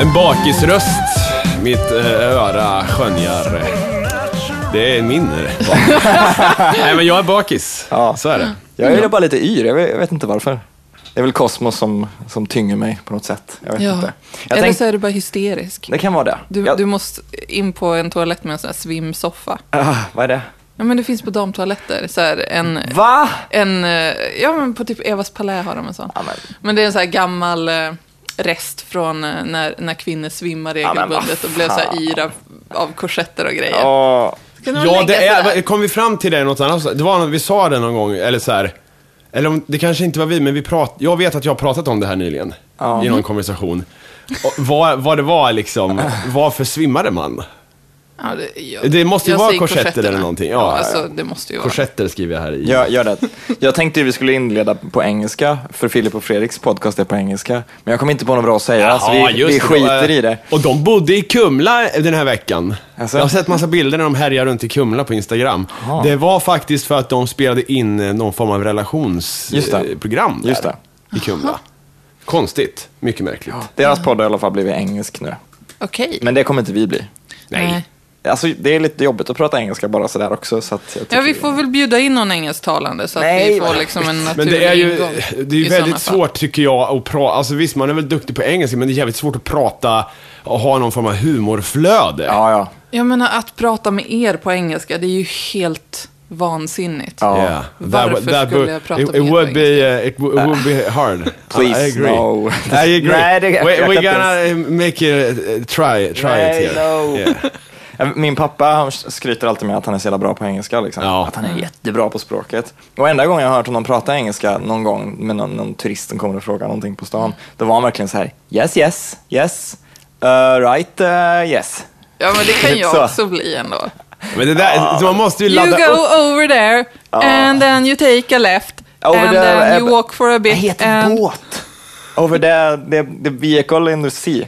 En bakisröst mitt eh, öra skönjar. Det är min. Nej men jag är bakis. Ja. Så är det. Jag Mm. är bara lite yr, jag vet, jag vet inte varför. Det är väl kosmos som, som tynger mig på något sätt. Jag vet Ja. inte. Jag Eller tänk- så är du bara hysterisk. Det kan vara det. Du, jag, du måste in på en toalett med en sån här svimsoffa. Ah, vad är det? Ja, men det finns på damtoaletter. Så här, en, Va? en, eh, ja, men på typ Evas palä har de en sån. Ja, men- Men det är en så här gammal eh, rest från eh, när, när kvinnor svimmar men vad regelbundet och blev så här fan. yra av korsetter och grejer. Ja. Kan du Ja lägga det sig där? är, kom vi fram till det i något annat Det var, vi sa det någon gång, eller så här. Eller om, det kanske inte var vi, men vi prat, jag vet att jag har pratat om det här nyligen. I någon konversation. Och vad, vad det var liksom, varför svimmade man? Ja, det, ja. Det måste ju Jag vara säger korsetter korsetterna. eller någonting. Ja, Ja, ja, ja. alltså det måste ju vara. Korsetter skriver jag här i. Gör, gör det. Jag tänkte ju vi skulle inleda på engelska, för Filip och Fredriks podcast är på engelska. Men jag kom inte på något bra att säga, så Ja, Alltså, vi, just vi det. eh, skiter i det. Och de bodde i Kumla den här veckan. Alltså? Jag har sett massa bilder när de härjar runt i Kumla på Instagram. Det var faktiskt för att de spelade in eh, någon form av Just det. relationsprogram Just det. i Kumla. Konstigt, mycket märkligt. Deras podd har i alla fall blivit engelsk nu. Okej. Men det kommer inte vi bli. Nej. Alltså, det är lite jobbigt att prata engelska bara sådär också. Så att jag Ja, tycker- vi får väl bjuda in någon engelsktalande så att Nej, vi får vad- liksom en Men naturlig det är ju ingång det är ju i väldigt sådana fall. svårt tycker jag att prata, alltså visst man är väl duktig på engelska men det är jävligt svårt att prata och ha någon form av humorflöde. Ja, ja. Jag menar, att prata med er på engelska, det är ju helt vansinnigt. Ja. Yeah. Varför skulle would- jag prata it, med it er would på be, uh, it w- it would be hard. Ah. Please, I agree. no. I agree. Nej, det- jag- we, jag we're kan inte gonna uh, make it, uh, try, try Nej, it here. no. Yeah. Eh, Min pappa han skryter alltid med att han är så jävla bra på engelska. Liksom. Ja. Att han är jättebra på språket. Och enda gången jag har hört honom prata engelska någon gång med någon, någon turist som kommer och frågar någonting på stan, då var han verkligen så här yes, yes, yes, uh, right, uh, yes. Ja, men det kan jag Så. också bli ändå. Men det där, Ah. så man måste ju You ladda go upp. over there, and then you take a left, Over and there, then eh, you walk for a Det bit, heter and... båt. Over the, the, the vehicle in the sea.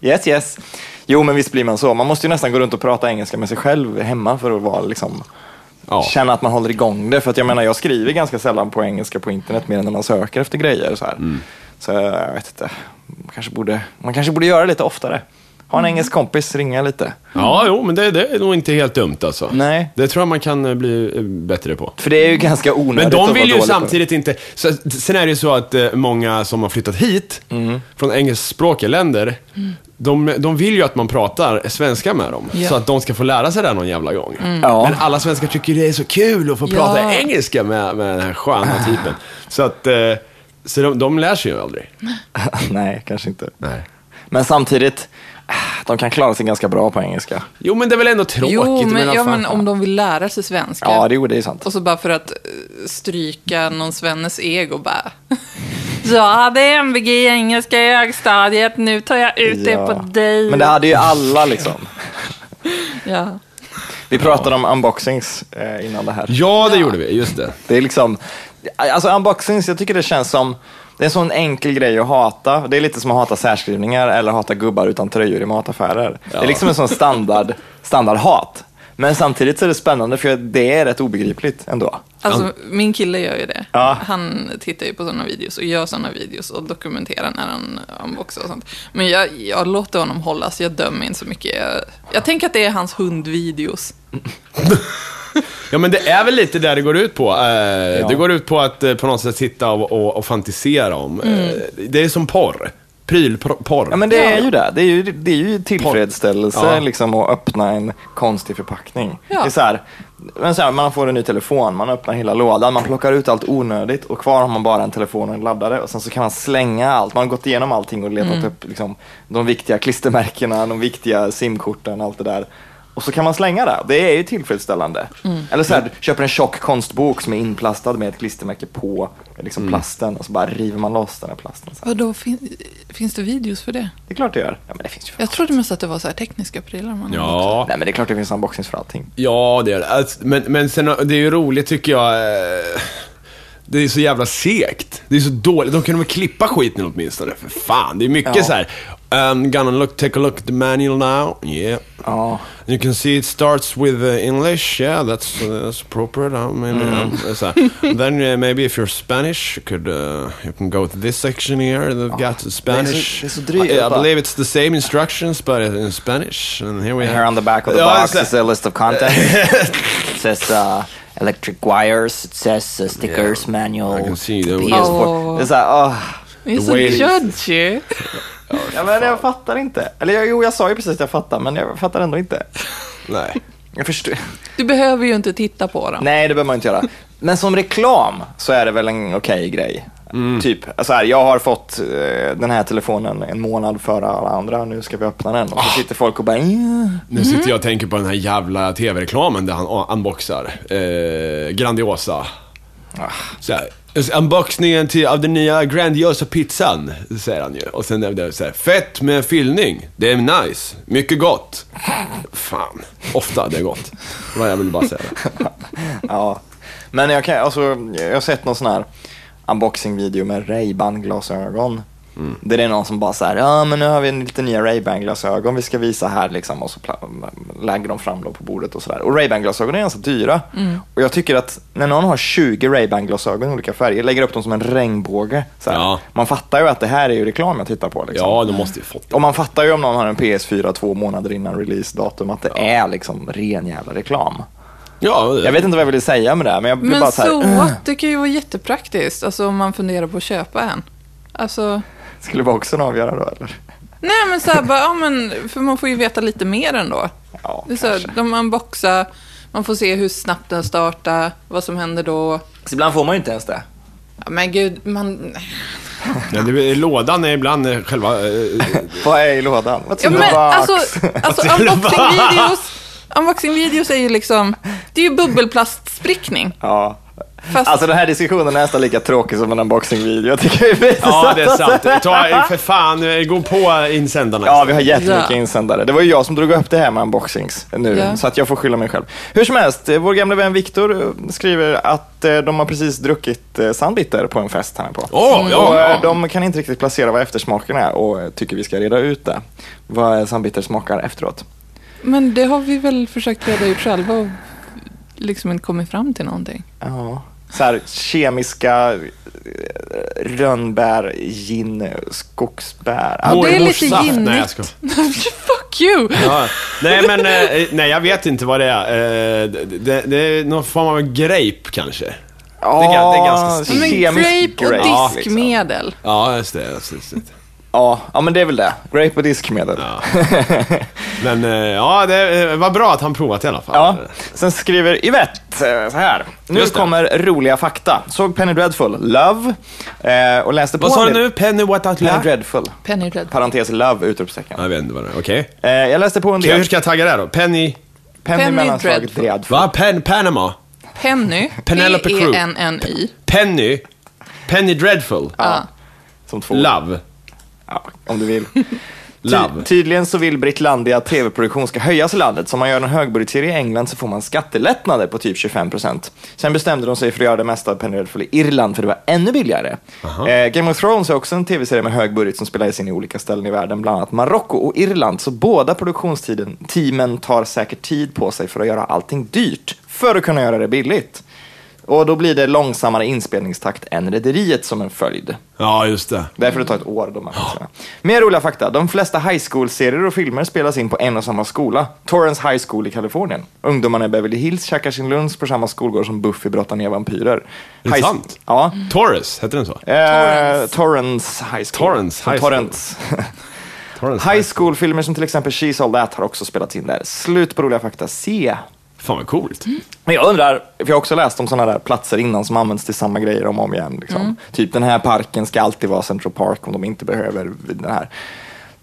Yes, yes. Jo, men visst blir man så. Man måste ju nästan gå runt och prata engelska med sig själv hemma för att vara liksom Ja. känna att man håller igång det. För att jag menar, jag skriver ganska sällan på engelska på internet mer än när man söker efter grejer. Så, här. så eh, jag vet inte, man kanske, borde, man kanske borde göra det lite oftare. Ha en engelsk kompis, ringa lite. ja, jo, men det, det är nog inte helt dumt alltså. Nej. Det tror jag man kan eh, bli eh, bättre på. För det är ju ganska onödigt Men Mm. att de vara vill ju dålig på. samtidigt inte... Så, sen är det ju så att eh, många som har flyttat hit Mm. från engelskspråkiga länder, de, de vill ju att man pratar svenska med dem. Mm. Ja. Mm. Så att de ska få lära sig det här någon jävla gång. Ja. Men alla svenskar tycker det är så kul att få Ja. prata engelska med, med den här sköna typen. Så att... Eh, så de, de lär sig ju aldrig. Nej, kanske inte. Men samtidigt, eh, de kan klara sig ganska bra på engelska. Jo men det är väl ändå tråkigt. Jo, men, vad ja, fan. men om de vill lära sig svenska. Ja, det, jo, det är sant. Och så bara för att eh, stryka någon svennes ego bara. Jag hade MVG i engelska i högstadiet, nu tar jag ut det Ja. på dig. Men det hade ju alla liksom. ja. Vi pratade om unboxings eh, innan det här. Ja, det gjorde vi. Just det. Det är liksom, alltså unboxings, jag tycker det känns som, det är en sån enkel grej att hata. Det är lite som att hata särskrivningar eller hata gubbar utan tröjor i mataffärer. Det är liksom en sån standard, standardhat. Men samtidigt så är det spännande för det är rätt obegripligt ändå. Alltså, min kille gör ju det. Ja. Han tittar ju på sådana videos och gör sådana videos och dokumenterar när han unboxar och sånt. Men jag, jag låter honom hållas, jag dömer inte så mycket. Jag, jag tänker att det är hans hundvideos. Ja men det är väl lite där det går ut på. Eh, Det går ut på att eh, på något sätt sitta och, och, och fantisera om. Eh, det är som porr. Prylporr. Mm. Ja men det är ju det. Det är ju, det är ju tillfredsställelse Ja. liksom att öppna en konstig förpackning. Ja. Det är så här, men så här, man får en ny telefon, man öppnar hela lådan, man plockar ut allt onödigt och kvar har man bara en telefon och en laddare och sen så kan man slänga allt. Man har gått igenom allting och letat upp liksom, de viktiga klistermärkena, de viktiga simkorten, allt det där. Och så kan man slänga det. Det är ju tillfredsställande. Eller så här, du köper en tjock konstbok som är inplastad med ett klistermärke på liksom, plasten och så bara river man loss den här plasten. Så här, Vadå, fin, finns det videos för det? det är klart det gör. Ja, men det finns ju för Jag trodde mest att det var så här tekniska prylar man Ja, Nej men det är klart det finns unboxings för allting. ja det är det. Alltså, men, men sen, det är ju roligt tycker jag. eh, Det är så jävla segt. Det är så dåligt. De kunde väl klippa skiten åtminstone, för fan. Det är mycket Ja. så här. I'm gonna look, take a look at the manual now. Yeah. Ja. You can see it starts with uh, English. Yeah, that's, uh, that's appropriate. I mean, Mm. um, it's, uh, then uh, maybe if you're Spanish, you could uh, you can go to this section here. They've got Spanish. det är så drygt, I, I va? believe it's the same instructions, but in Spanish. And here we Here have- on the back of the Ja, box exakt. is a list of contents. it says uh, electric wires, it says uh, stickers, manual, I can see the- PS4. Oh. Det är såhär, åh. Ni är The så way it is. judgy. Ja, men jag fattar inte. Eller jag- jo, jag sa ju precis att jag fattar, men jag fattar ändå inte. Nej. Jag förstår. Du behöver ju inte titta på dem. Nej, det behöver man inte göra. Men som reklam så är det väl en okej grej. Mm. Typ, så här, jag har fått eh, den här telefonen en månad före alla andra, nu ska vi öppna den. Ah. Och så sitter folk och bara, "Ja." Nu sitter jag och tänker på den här jävla tv-reklamen där han ah, unboxar. Eh, Grandiosa. Ah. Så här, "It's unboxningen till, av den nya Grandiosa pizzan, säger han ju. Och sen är det så här, fett med fyllning. Det är nice. Mycket gott. Fan, ofta det är gott. Det var jag ville bara säga. det. ja. Men jag, kan, alltså, jag har sett någon sån här unboxing-video med Ray-Ban glasögon. Mm. Där det är någon som bara så här, ja men nu har vi lite nya Ray-Ban glasögon vi ska visa här liksom. Och så pla- lägger de fram dem på bordet och sådär. Och Ray-Ban glasögon är ganska dyra. Och jag tycker att när någon har 20 Ray-Ban glasögon i olika färger, lägger upp dem som en regnbåge. Så här, Ja. Man fattar ju att det här är ju reklam jag tittar på. Liksom. Ja, de måste ju fått det. Och man fattar ju om någon har en PS4 två månader innan releasedatum att det är liksom ren jävla reklam. Ja, Jag vet inte vad jag ville säga med det här, men jag blev bara Men så så här, "Äh." "Ugh." what? Det kan ju vara jättepraktiskt. Alltså om man funderar på att köpa en. Alltså, Skulle boxen avgöra då eller? nej men så här bara, ja men, för man får ju veta lite mer ändå. Ja, Det är så här, kanske. de unboxar, man får se hur snabbt den startar, vad som händer då. Ibland får man ju inte ens det. Ja, Men gud, man... Ja, det är, lådan är ibland eh, själva... Eh, Vad är i lådan? What's Ja, in the men box? alltså, alltså unboxing-videos unboxing-videos är ju liksom, det är ju bubbelplastsprickning. Ja. Fast, Alltså den här diskussionen är nästan lika tråkig som en unboxing-video. Jag tycker vi visar ja, det är att- sant. Ta för fan, eh, gå på alltså. insändarna. Ja, vi har jättemycket Ja. insändare. Det var ju jag som drog upp det här med unboxings nu, Ja. så att jag får skylla mig själv. Hur som helst, eh, vår gamla vän Viktor eh, skriver att eh, de har precis druckit eh, Sandbitter på en fest han är på. Åh, Mm. ja. Och, eh, de kan inte riktigt placera vad eftersmaken är och eh, tycker vi ska reda ut det. Vad Sandbitter smakar efteråt. men det har vi väl försökt reda ut själva och liksom inte kommit fram till någonting. Ja. Så här, kemiska eh, rönnbär, gin, skogsbär. Ja, det är Mormors lite saft. ginnigt. Nej, jag skojar. Fuck you! Ja. Nej, men eh, nej, jag vet inte vad det är. Eh, det, det, det är någon form av grape kanske. Ja, det är- det är ganska Men starkt. kemisk grape grape, och liksom. diskmedel. Ja, just det. Just det, just det. Ja, ja, men det är väl det. Grape och diskmedel. Ja. Men eh, ja, det eh, var bra att han provat i alla fall. Ja. Sen skriver Yvette eh, så här. Nu Just det. kommer roliga fakta. Såg Penny Dreadful, Love, eh, och läste på Vad en sa du del- nu? Penny what out Penny loud? Dreadful. Penny Dreadful. Parentes Love, utropstecken. Jag vet inte vad det är. Okej. Eh, jag läste på en Okej, Hur del. ska jag tagga det här då? Penny... Penny, Penny mellanslag Dreadful. Dreadful. Va? Pen, Panama? Penny. E Penelope Cruz. P-E-N-N-Y. Penny? Penny Dreadful? Ja. Som två. Love? Ja, om du vill. Love? Ty- tydligen så vill Brittlandia att tv-produktion ska höjas i landet, så om man gör en högbudgetserie i England så får man skattelättnader på typ 25%. Sen bestämde de sig för att göra det mesta av Penny Dreadful i Irland, för det var ännu billigare. Eh, Game of Thrones är också en tv-serie med hög budget som spelades in i olika ställen i världen, bland annat Marocko och Irland, så båda produktionstiden, teamen tar säkert tid på sig för att göra allting dyrt, för att kunna göra det billigt. Och då blir det långsammare inspelningstakt än Rederiet som en följd. Ja, just det. Därför det tar ett år. De här platserna. Mer roliga fakta. De flesta high school-serier och filmer spelas in på en och samma skola. Torrance High School i Kalifornien. Ungdomarna i Beverly Hills käkar sin lunch på samma skolgård som Buffy brottar ner vampyrer. Är det sant? Ja. Torres, heter den så? Eh, Torrance High School. Torrance High School. Torrance. Torres. high School-filmer som till exempel She's All That har också spelats in där. Slut på roliga fakta. C. Fan vad coolt. Mm, Men jag undrar, för jag har också läst om sådana där platser innan som används till samma grejer om och om igen. Liksom. Typ den här parken ska alltid vara Central Park om de inte behöver den här.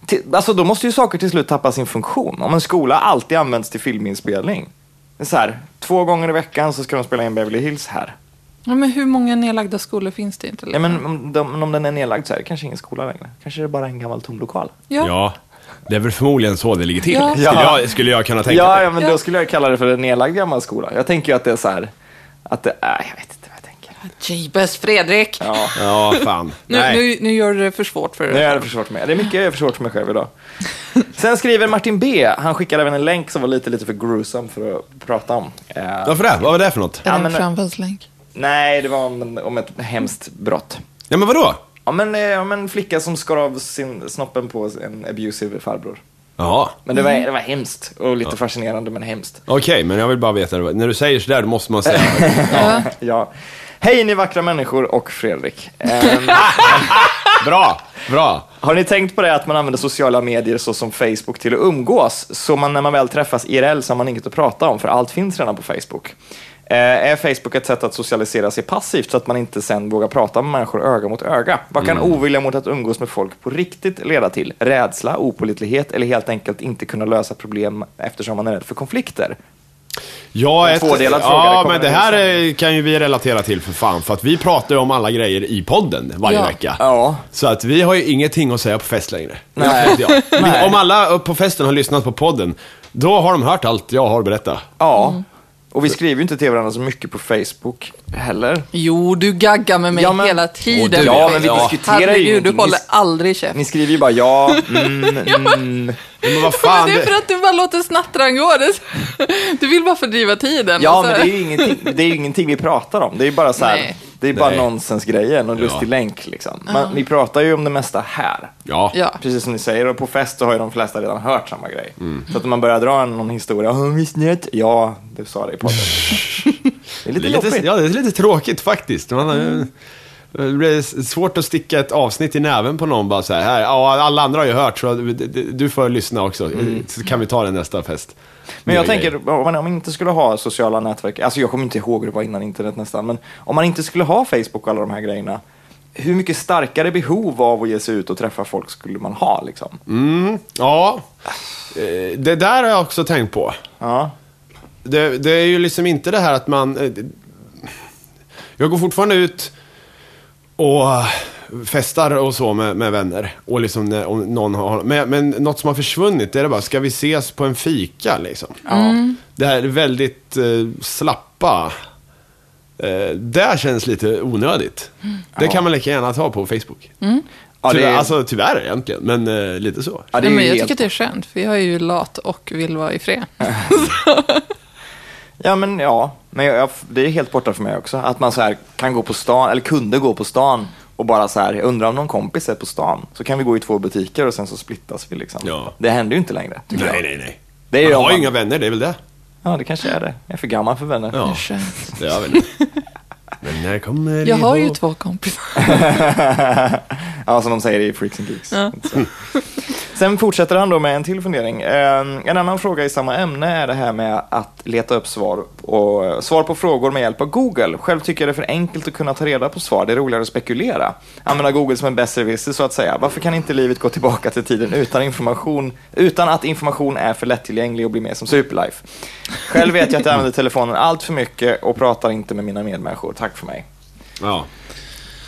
Ti- Alltså då måste ju saker till slut tappa sin funktion. Om en skola alltid används till filminspelning. Det är Så här, två gånger i veckan så ska de spela in Beverly Hills här. Ja, men hur många nedlagda skolor finns det inte? Ja, Liksom? men om, de, men om den är nedlagd så är det kanske ingen skola längre. Kanske är det bara en gammal tom lokal. Ja. Ja. Det är väl förmodligen så det ligger till. Ja. Skulle, jag, skulle jag kunna tänka Ja, mig. ja, men Ja. då skulle jag kalla det för en nedlagd gammal skola. Jag tänker ju att det är så här, att det, äh, jag vet inte vad jag tänker. Jeebus Fredrik! Ja. Ja, fan. Nu, Nej. nu, nu gör du det för svårt för Nu dig. är det försvårt mig. Det är mycket jag gör försvårt för mig själv idag. Sen skriver Martin B. Han skickade även en länk som var lite, lite för gruesome för att prata om. Eh, Varför det? Vad var det för något? Är det men- en framfallslänk? Nej, det var om, en- om ett hemskt brott. Ja, men vadå? Om en, eh, om en flicka som skar av sin, snoppen på en abusive farbror. Jaha. Men det var, det var hemskt och lite fascinerande men hemskt. Okej, men jag vill bara veta. När du säger sådär, då måste man säga. Ja. Ja. Hej ni vackra människor och Fredrik. Eh, Bra, bra. Har ni tänkt på det att man använder sociala medier såsom Facebook till att umgås? Så man, när man väl träffas IRL så har man inget att prata om för allt finns redan på Facebook. Eh, är Facebook ett sätt att socialisera sig passivt så att man inte sen vågar prata med människor öga mot öga? Vad kan ovilja mot att umgås med folk på riktigt leda till? Rädsla, opålitlighet eller helt enkelt inte kunna lösa problem eftersom man är rädd för konflikter? Ja, En ett, tvådelad fråga, det ja kommer men det en här eh, kan ju vi relatera till för fan. För att vi pratar ju om alla grejer i podden varje Ja. vecka. Ja. Så att vi har ju ingenting att säga på fest längre. Nej. Det vet jag. Nej. Om alla upp på festen har lyssnat på podden, då har de hört allt jag har berättat. Ja, och vi skriver ju inte till varandra så mycket på Facebook heller. Jo, du gaggar med mig Ja, men- hela tiden. Och du- ja, men vi Fredrik. diskuterar ju Herregud, du ingenting. håller Ni- aldrig käft. Ni skriver ju bara ja, mm, mm. Men vad Men fan. det är för att du bara låter snattran gå. Det är så- Du vill bara fördriva tiden. Ja, Alltså, men det är ju ingenting, det är ju ingenting vi pratar om. Det är ju bara så här, Nej. det är bara Nej. nonsensgrejer, någon lustig länk liksom. Men vi pratar ju om det mesta här. Ja. Ja. Precis som ni säger, och på fest så har ju de flesta redan hört samma grej. Mm. Så att när man börjar dra en- någon historia, "Ja, visst ni att-" Ja, du sa det i podden. Det är lite, Det är lite, jobbigt. Mm. ja, det är lite tråkigt faktiskt. Man, har ju- Det blir s- svårt att sticka ett avsnitt i näven på någon bara så här, här. Ja, alla andra har ju hört så d- d- du får lyssna också. Mm. Så kan vi ta den nästa fest. Mm. Men Det jag är tänker, grejer. om man, om man inte skulle ha sociala nätverk, alltså jag kommer inte ihåg hur det var innan internet nästan, men om man inte skulle ha Facebook och alla de här grejerna, hur mycket starkare behov av att ge sig ut och träffa folk skulle man ha liksom? Mm. Ja, Eh, det där har jag också tänkt på. Ja. Det, det är ju liksom inte det här att man... eh, Jag går fortfarande ut och eh, festar och så med, med vänner. Och liksom när, om någon har, men, men något som har försvunnit, det är det bara, ska vi ses på en fika liksom? Det här väldigt eh, slappa. Eh, där känns lite onödigt. Det kan man lika gärna ta på Facebook. Ja, det tyvärr, är- alltså, tyvärr egentligen, men eh, lite så. Ja, det är Nej, men ju jag helt- tycker att det är skönt, för jag är ju lat och vill vara i fred. Ja, men ja. Men jag, jag, det är helt borta för mig också. Att man så här kan gå på stan, eller kunde gå på stan och bara så här, jag undrar om någon kompis är på stan. Så kan vi gå i två butiker och sen så splittas vi liksom. Ja. Det händer ju inte längre. Tycker Nej, jag. nej, nej. Det är ju man om har ju man- inga vänner, det är väl det. Ja, det kanske är det. Jag är för gammal för vänner. Ja. Skönt. Det är väl. Men när kommer Jag har ju ihåg- två kompisar. ja, som de säger i Freaks and Geeks. Så. Sen fortsätter han då med en till fundering. Eh, En annan fråga i samma ämne är det här med att leta upp svar, och, eh, svar på frågor med hjälp av Google. Själv tycker jag det är för enkelt att kunna ta reda på svar. Det är roligare att spekulera. Använda Google som en besserwisser så att säga. Varför kan inte livet gå tillbaka till tiden utan information, utan att information är för lättillgänglig och blir mer som Superlife? Själv vet jag att jag använder telefonen allt för mycket och pratar inte med mina medmänniskor. Tack för mig. Ja.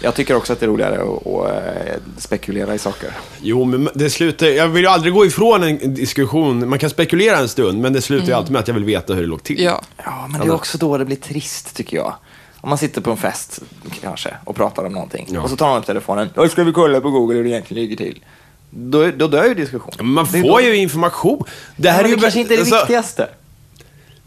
Jag tycker också att det är roligare att, att eh, spekulera i saker. Jo, men det slutar Jag vill ju aldrig gå ifrån en diskussion. Man kan spekulera en stund, men det slutar ju alltid med att jag vill veta hur det låg till. Mm. Ja. Ja, men det är också då det blir trist tycker jag. Om man sitter på en fest kanske och pratar om någonting Ja. och så tar man upp telefonen. Nu ska vi kolla på Google hur det egentligen ligger till. Då, då dör ju diskussionen. Men Man Det är får då- ju information. Det här Men är ju... det kanske inte är det alltså, viktigaste.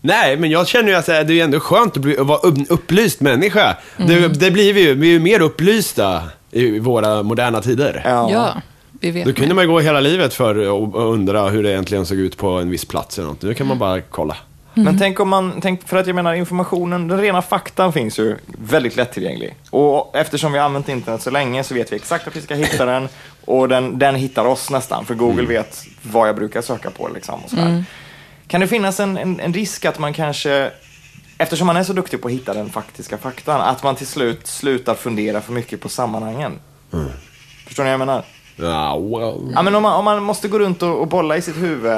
Nej, men jag känner ju att det är ju ändå skönt att, bli, att vara upp- upplyst människa. Mm. Det, det blir vi ju. Vi är ju mer upplysta i våra moderna tider. Ja. ja, vi vet. Då kunde man ju gå hela livet för att undra hur det egentligen såg ut på en viss plats eller något. Nu kan man bara kolla. Men tänk om man, tänk, för att jag menar informationen, den rena faktan finns ju väldigt lättillgänglig. Och eftersom vi har använt internet så länge så vet vi exakt att vi ska hitta den och den, den hittar oss nästan, för Google vet vad jag brukar söka på liksom. Och sådär. Kan det finnas en, en, en risk att man kanske, eftersom man är så duktig på att hitta den faktiska faktan, att man till slut slutar fundera för mycket på sammanhangen? Förstår ni vad jag menar? Ja, wow. Ja, men om, man, om man måste gå runt och, och bolla i sitt huvud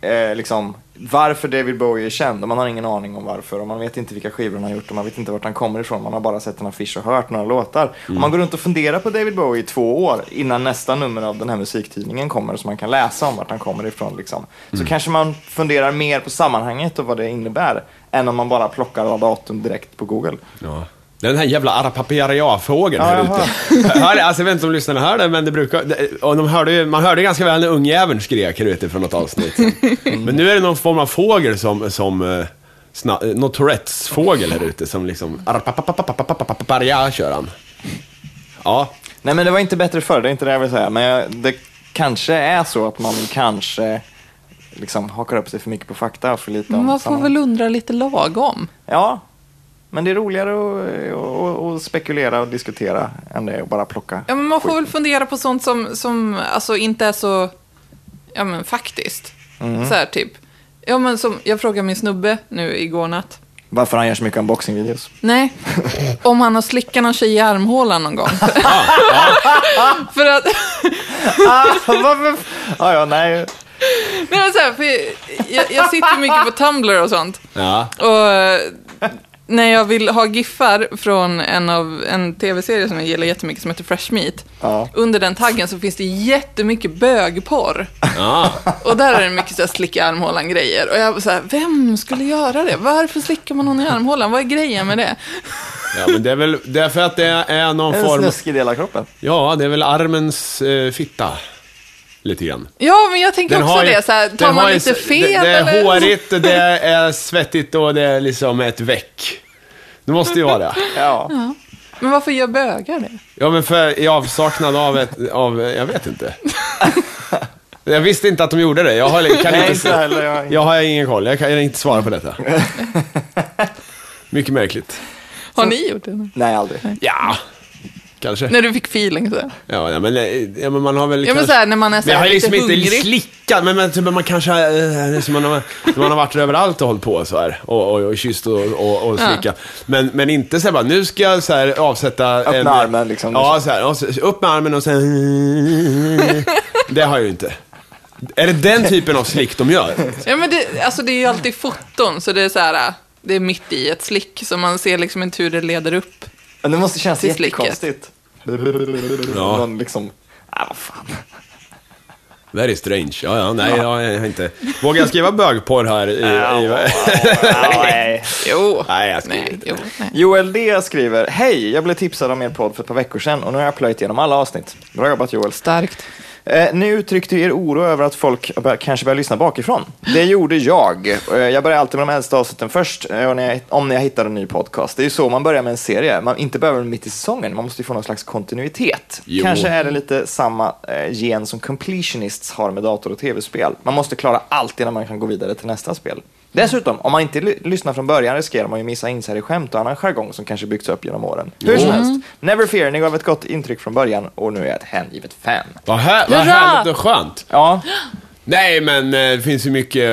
eh, liksom, varför David Bowie är känd och man har ingen aning om varför och man vet inte vilka skivor han har gjort och man vet inte vart han kommer ifrån. Man har bara sett en affisch och hört några låtar. Om man går runt och funderar på David Bowie i två år innan nästa nummer av den här musiktidningen kommer så man kan läsa om vart han kommer ifrån. Liksom, Så kanske man funderar mer på sammanhanget och vad det innebär än om man bara plockar alla datum direkt på Google. Ja. Den här jävla arapaperia-fågeln här Ja, jaha. ute. Hör, alltså, jag vet inte om lyssnarna hör det, men det brukar... det- Och de hörde ju, man hörde ganska väl när ungjäveln skrek här ute från något avsnitt. sen. Mm. Men nu är det någon form av fågel som... som eh, sna, eh, någon Tourettes-fågel här ute som liksom... Arapapapapapapapaparia kör han. Ja, Nej men det var inte bättre förr, det är inte det jag vill säga. Men jag, det kanske är så att man kanske liksom hakar upp sig för mycket på fakta och för lite Men om man får samma- väl undra lite lagom. Ja, men det är roligare att att- att spekulera och diskutera än det att bara plocka. Ja, men man får väl fundera på sånt som, som alltså, inte är så ja, men, faktiskt. Så här, typ. Ja, men, som, jag frågade min snubbe nu igår natt. Varför han gör så mycket unboxing-videos. Nej, om han har slickat någon tjej i armhålan någon gång. för att, Ah, varför? Ja, ja, nej. nej, men så här, för jag, jag, jag sitter mycket på Tumblr och sånt. ja. Och eh, när jag vill ha giffar från en, av, en tv-serie som jag gillar jättemycket som heter Fresh Meat. Ja. Under den taggen så finns det jättemycket bögporr. ja. Och där är det mycket så här slicka i armhålan-grejer. Och jag var så här, vem skulle göra det? Varför slickar man någon i armhålan? Vad är grejen med det? Ja, men det är väl därför att det är någon En form... snuskig del av kroppen. Ja, det är väl armens eh, fitta. Lite grann. Ja, men jag tänker också ju- det. Så här, den tar har man ju- lite fel? Det, det är eller? hårigt, det är svettigt och det är liksom ett veck. Det måste ju vara det. Ja. Men varför gör bögar det? Ja, men för i avsaknad av ett, av, jag vet inte. Jag visste inte att de gjorde det. Jag har, kan Nej, inte, inte heller. Jag... jag har ingen koll. Jag kan inte svara på detta. Mycket märkligt. Har ni gjort det? Nej, aldrig. Ja, kanske. När du fick feeling så här. Ja, nej, men, eh, ja, men man har väl Ja, men så här, när man Alltså, är så Men jag har här, ju lite liksom inte hungrig. slickat, men, men typ, man kanske eh, som man, har, som man har varit överallt och hållit på så här och, och, och kysst och, och, och slickat. Men, men inte så här bara, nu ska jag så här avsätta... Öppna armen, liksom. Ja, så här, och så, upp med armen och sen... det har jag ju inte. Är det den typen av slick de gör? Ja, men det, alltså, det är ju alltid foton, så det är så här, äh, det är mitt i ett slick, så man ser liksom inte hur det leder upp. Men det måste kännas Till slicket. jättekonstigt. Ja. Någon liksom... Ah, vad fan. Very strange. Ja, ja, nej, ja. jag har inte... Vågar jag skriva bögporr här? I, i, Ja, nej. Jo. Nej, jag skriver nej, inte jo, nej. Joel D skriver, hej, jag blev tipsad om er podd för ett par veckor sedan och nu har jag plöjt igenom alla avsnitt. Bra jobbat Joel. Starkt. Eh, ni uttryckte er oro över att folk bör- kanske börjar lyssna bakifrån. Det gjorde jag. Eh, jag börjar alltid med de äldsta avsnitten först, eh, och när jag, om när jag hittar en ny podcast. Det är ju så man börjar med en serie. Man inte behöver den mitt i säsongen, man måste ju få någon slags kontinuitet. Jo. Kanske är det lite samma eh, gen som completionists har med dator och tv-spel. Man måste klara allt innan man kan gå vidare till nästa spel. Dessutom, om man inte ly- lyssnar från början riskerar man ju missa insiderskämt och annan jargong som kanske byggts upp genom åren. Hur som helst, Never Fear, ni gav ett gott intryck från början och nu är jag ett hängivet fan. vad här, vad Hurra! härligt och skönt. Ja, Nej, men eh, det finns ju mycket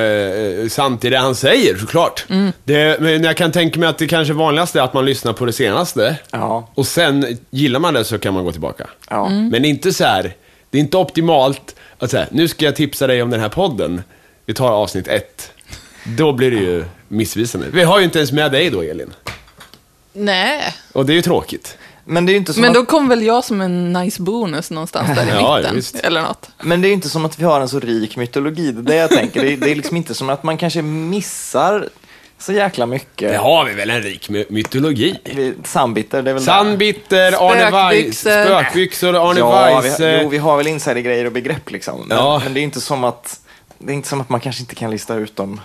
eh, sant i det han säger såklart. Det, men jag kan tänka mig att det kanske vanligaste är att man lyssnar på det senaste. Ja. Och sen, gillar man det så kan man gå tillbaka. Ja. Men det är inte så här, det är inte optimalt att säga, nu ska jag tipsa dig om den här podden. Vi tar avsnitt ett. Då blir det ju missvisande. Vi har ju inte ens med dig då, Elin. Nej, Och det är ju tråkigt. Men det är ju inte som, men då att, kom väl jag som en nice bonus någonstans där i Ja, mitten. visst. Eller något. men det är ju inte som att vi har en så rik mytologi. Det är det jag tänker. Det är, det är liksom inte som att man kanske missar så jäkla mycket. Det har vi väl en rik my- mytologi? Vi- Sandbitter, det är väl Sandbitter, Arne Weise, Spökbyxor. spökbyxor, där. Arne ja, Weise. vi, jo, vi har väl insidergrejer och begrepp liksom. Men, eh? Ja. men det är inte som att det är inte som att man kanske inte kan lista ut dem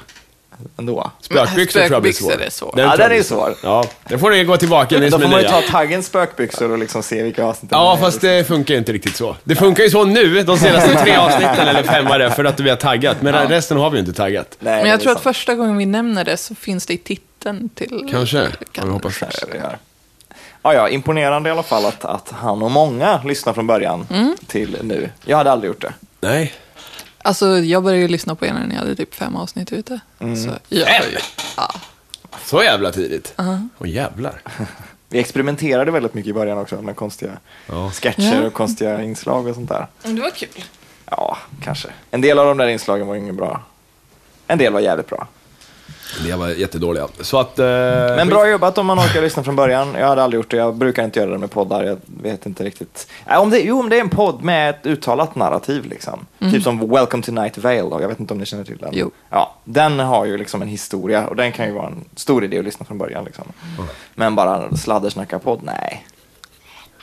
ändå. Spökbyxor tror jag blir Spökbyxor svår. är svår. Ja, tror jag den är blir svår. Ja, den får ni gå tillbaka ni Då som får är man ju ta nya. taggen spökbyxor och liksom se vilka avsnitt det Ja, är. fast det funkar ju inte riktigt så. Det funkar ju så nu, de senaste tre avsnitten eller fem var det, för att vi har taggat. Men resten har vi ju inte taggat. Nej, Men det är jag tror att sant. första gången vi nämner det så finns det i titeln till... Kanske. Ja, vi Kan- hoppas. Kanske det gör. Ja, ja, imponerande i alla fall att, att han och många lyssnar från början Mm. till nu. Jag hade aldrig gjort det. Nej. Alltså, jag började ju lyssna på er när ni hade typ fem avsnitt ute. Så, ja. Fem? Äh! Så jävla tidigt? Åh jävlar. Vi experimenterade väldigt mycket i början också med konstiga Ja. sketcher Ja. och konstiga inslag och sånt där. Det var kul. Ja, kanske. En del av de där inslagen var ju inget bra. En del var jävligt bra. Det var jättedåliga. Så att... eh, Men Men bra jobbat om man orkar lyssna från början. Jag hade aldrig gjort det. Jag brukar inte göra det med poddar. Jag vet inte riktigt. Äh, om det, jo, om det är en podd med ett uttalat narrativ. Liksom. Typ som Welcome to Night Vale. då. Jag vet inte om ni känner till den. Mm. Jo. Ja, den har ju liksom en historia och den kan ju vara en stor idé att lyssna från början. Liksom. Men bara sladdersnacka podd? Nej.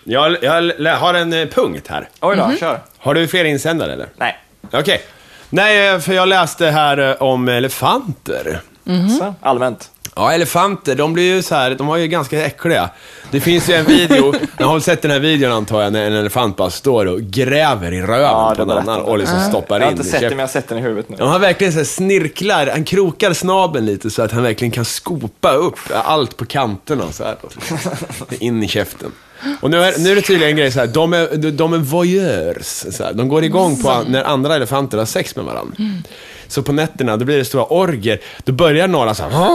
Jag, jag lä- har en eh, punkt här. Oj då, Mhm. kör. Har du fler insändare eller? Nej. Okej. Nej, eh, för jag läste här eh, om elefanter. Så, allmänt. Ja, elefanter, de blir ju så här, de var ju ganska äckliga. Det finns ju en video, jag har väl sett den här videon antar jag, när en elefant bara står och gräver i röven Ja, på det en berättade annan du. och liksom stoppar Jag in. har inte i sett det, käften. men jag har sett den i huvudet nu. Ja, han verkligen så här snirklar, han krokar snabeln lite så att han verkligen kan skopa upp allt på kanterna så här. In i käften. Och nu är, nu är det tydligen en grej så här, de är, de är voyeurs. Så här. De går igång på när andra elefanter har sex med varandra. Mm. Så på nätterna, då blir det stora orger. Då börjar några så här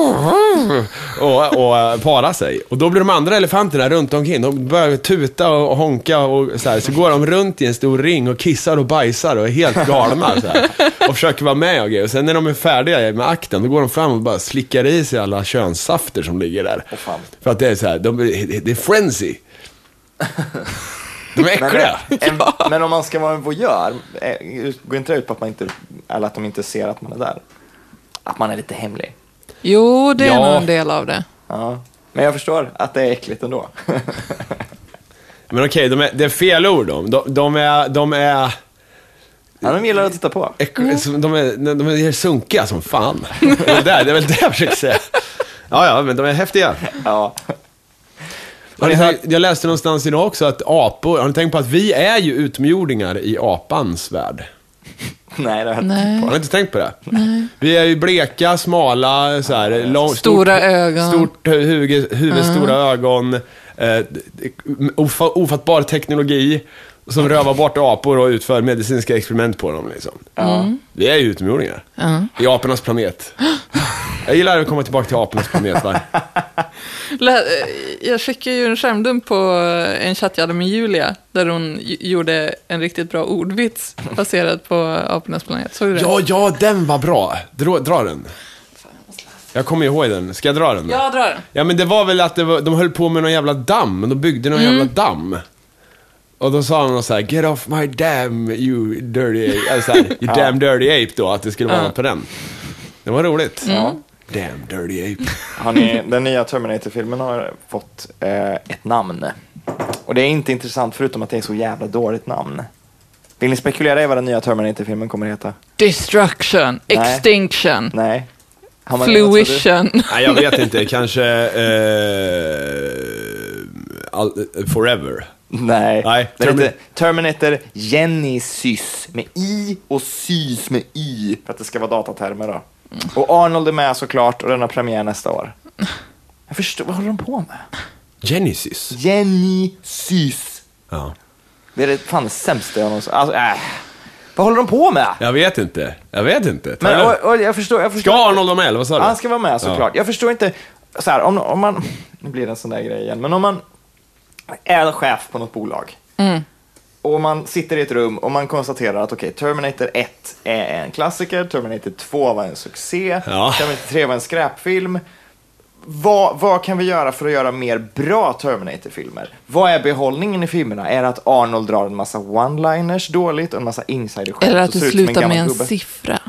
och, och para sig. Och då blir de andra elefanterna runt omkring, de börjar tuta och honka och så här. Så går de runt i en stor ring och kissar och bajsar och är helt galna så här. Och försöker vara med och grejer. Och sen när de är färdiga med akten, då går de fram och bara slickar i sig alla könssafter som ligger där. fan. För att det är så här, de, det- det är frenzy. De är Men, eh, äckliga. en, men om man ska vara en voyeur, eh, går inte det ut på att, man inte, eller att de inte ser att man är där? Att man är lite hemlig? Jo, det är Ja. nog en del av det. Ja. Men jag förstår att det är äckligt ändå. Men okej, de är, det är fel ord de. De, de är... De är Ja, de gillar att titta på. Ek- Mm. som- De, är, de är sunkiga som fan. Det, där, det är väl det jag försöker säga. Ja, ja, men de är häftiga. Ja. Har ni, hört- jag läste någonstans idag också att apor, har ni tänkt på att vi är ju utmjordingar i apans värld? Nej, det har jag inte tänkt Nej. Har på. ni inte tänkt på det? Vi är ju bleka, smala, så här, lång, Stora ögon. Stort hu- huvud, huvud stora ögon. Eh, ofa, ofattbar teknologi som rövar bort apor och utför medicinska experiment på dem. Liksom. Mm. Vi är ju utomjordingar. I apornas planet. Jag gillar att komma tillbaka till apornas planet. Va? Lä- eh, Jag skickade ju en skärmdump på eh, en chatt jag hade med Julia, där hon ju- gjorde en riktigt bra ordvits baserad på Apornas planet. Såg du det? Ja, ja, den var bra. Dra, dra den. Jag kommer ihåg den. Ska jag dra den? då? Jag drar den. Ja men det var väl att det var, de höll på med någon jävla damm, de byggde någon jävla damm. Och då sa de något så här: Get off my damn you dirty ape. Eller så här, you damn dirty ape då, att det skulle vara något på den. Det var roligt. Damn dirty ape. Har ni, den nya Terminator-filmen har fått eh, ett namn. Och det är inte intressant förutom att det är så jävla dåligt namn. Vill ni spekulera i vad den nya Terminator-filmen kommer heta? Destruction, extinction, Nej. Har man redan- fluition. Nej jag vet inte, kanske eh, all, forever. Nej. Nej, Den Termin- heter Terminator Genesis med i och sys med i. För att det ska vara datatermer då. Och Arnold är med såklart och den har premiär nästa år. Jag förstår, vad håller de på med? Genesis. Genesis. Ja. Det är det fan det sämsta jag någonsin... Alltså, äh. Vad håller de på med? Jag vet inte, jag vet inte. Men, och, och, jag förstår, jag förstår. Ska Arnold vara med eller vad sa du? Han ska vara med såklart. Jag förstår inte, så här, om, om man, nu blir det en sån där grej igen, men om man är chef på något bolag Mm. och man sitter i ett rum och man konstaterar att okej, Terminator 1 är en klassiker, Terminator 2 var en succé, Ja. Terminator 3 var en skräpfilm. Vad, vad kan vi göra för att göra mer bra Terminator-filmer? Vad är behållningen i filmerna? Är det att Arnold drar en massa one-liners dåligt och en massa insider-skämt Eller och att det ser ut som slutar gammal med en gubbe? siffra.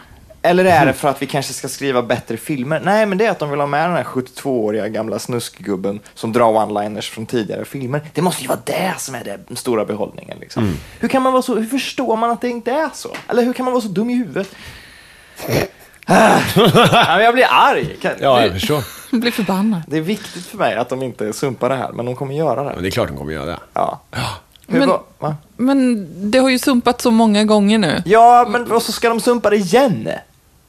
Eller är det för att vi kanske ska skriva bättre filmer? Nej, men det är att de vill ha med den här 72-åriga gamla snuskgubben som drar one-liners från tidigare filmer. Det måste ju vara det som är den stora behållningen. Liksom. Mm. Hur, kan man vara så, hur förstår man att det inte är så? Eller hur kan man vara så dum i huvudet? Ah. Ja, men jag blir arg. Kan- Ja, jag förstår. Jag blir förbannad. Det är viktigt för mig att de inte sumpar det här, men de kommer göra Men det. det är klart de kommer göra det. Ja. Hur Men- var- va? Men det har ju sumpat så många gånger nu. ja, men och så ska de sumpa det igen.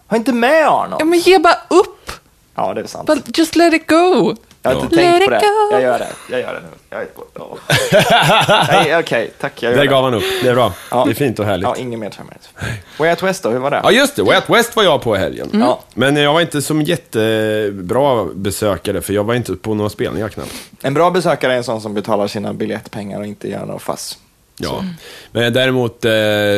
Ha inte med Ja, Arnold. men ge bara upp! Ja, det är sant. Bara Just let it go! Jag har inte Ja. tänkt Let på det. it go. Jag gör det. Jag gör det nu. Jag är på. ja. Nej, Okej, tack. Jag gör Där det. gav han upp, det är bra. Ja. Det är fint och härligt. Ja, ingen mer Terminator. Way Out West då, hur var det? Ja just det, Way Out West var jag på i helgen. Mm. Ja. Men eh, jag var inte som jättebra besökare för jag var inte på några spelningar knappt. En bra besökare är en sån som betalar sina biljettpengar och inte gör något fass. Ja. Men däremot eh,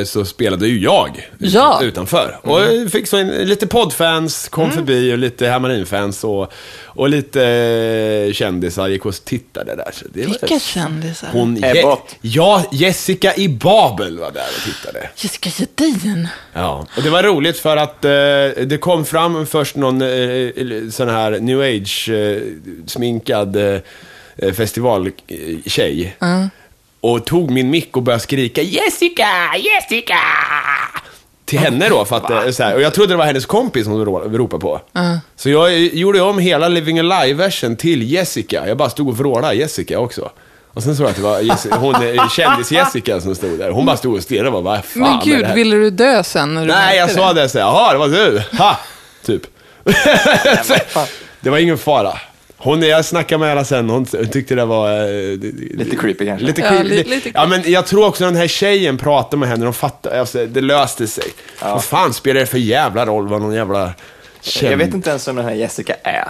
så spelade ju jag ut- Ja. utanför. Och Mm. jag fick så in, lite poddfans kom förbi och lite Hammarin-fans och, och lite eh, kändisar gick och tittade där. Så det var- Vilka kändisar? Hon, Ebbot. ja, Jessica i Babel var där och tittade. Jessica Gedin. Ja, och det var roligt för att eh, det kom fram först någon eh, sån här new age-sminkad eh, festivaltjej. Och tog min mick och började skrika Jessica, Jessica! Till henne då, för att, eh, så här, och jag trodde det var hennes kompis som hon rå- ropade på. Så jag eh, gjorde om hela Living Alive-versen till Jessica. Jag bara stod och vrålade Jessica också. Och sen såg jag att det var Jessica, hon, eh, kändis-Jessica som stod där. Hon bara stod och stirrade och bara, vad fan Men är det gud, här?" ville du dö sen? När du Nej, märkte jag sa det så här, jaha, det var du. Ha! Typ. det var ingen fara. Hon, jag snackade med henne sen, hon tyckte det var... eh, det- det- Lite creepy kanske. Lite Ja, creepy. li- lite ja, men jag tror också den här tjejen pratade med henne, de fattade, alltså, det löste sig. Vad fan spelar det för jävla roll vad någon jävla känd... Jag vet inte ens vem den här Jessica är.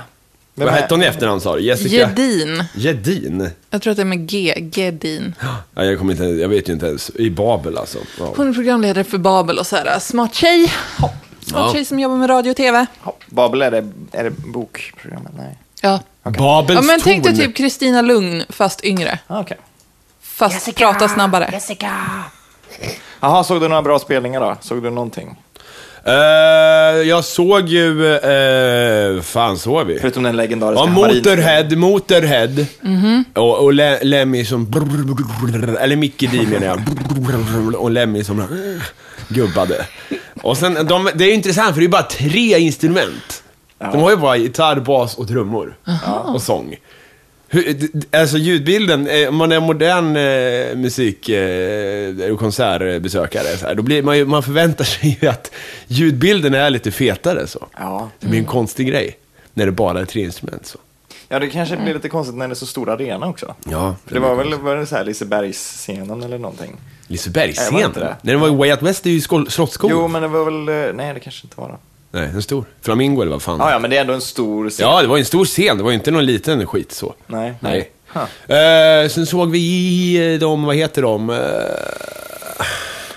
Vem Vad är- hette hon i efternamn sa du? Jessica? Gedin. Gedin? Jag tror att det är med G. Gedin. Ja, jag, kommer inte, jag vet ju inte ens. I Babel alltså. Ja. Hon är programledare för Babel och så här, äh, smart tjej. Smart Ja. tjej som jobbar med radio och tv. Ja, Babel, är det, är det bokprogrammet? Nej. Ja. Babels ja men tänk dig torn. typ Kristina Lugn, fast yngre. Ah, Okej. Fast prata snabbare. Jaha, såg du några bra spelningar då? Såg du någonting? Eh, jag såg ju, eh, fan såg vi? Förutom den legendariska Ja, Hammarin- Motorhead, Motorhead. Mm-hmm. Och, och Le- Lemmy som... Eller Micke D menar jag. Och Lemmy som gubbade. Och sen, de, det är ju intressant för det är ju bara tre instrument. De har ju bara gitarr, bas och trummor. Och sång. Hur, d- d- alltså ljudbilden, eh, om man är modern eh, musik eh, och konsertbesökare, så här, då blir man, ju, man förväntar sig ju att ljudbilden är lite fetare. Så. Ja. Det blir en konstig grej när det bara är tre instrument. Så. Ja, det kanske blir lite konstigt när det är så stor arena också. Ja, För det var väl var det så här Lisebergsscenen eller någonting? Nej, det var Lisebergsscenen? inte det. Nej, den var ju Way Out West, det är ju skol- Slottsskogen. Jo, men det var väl... eh, Nej, det kanske inte var det. Nej, en stor. Flamingo eller vad fan. Ah, Ja, ja, men det är ändå en stor scen. Ja, det var ju en stor scen, det var ju inte någon liten skit så. Nej. Nej. Huh. Eh, sen såg vi eh, de, vad heter de? Eh,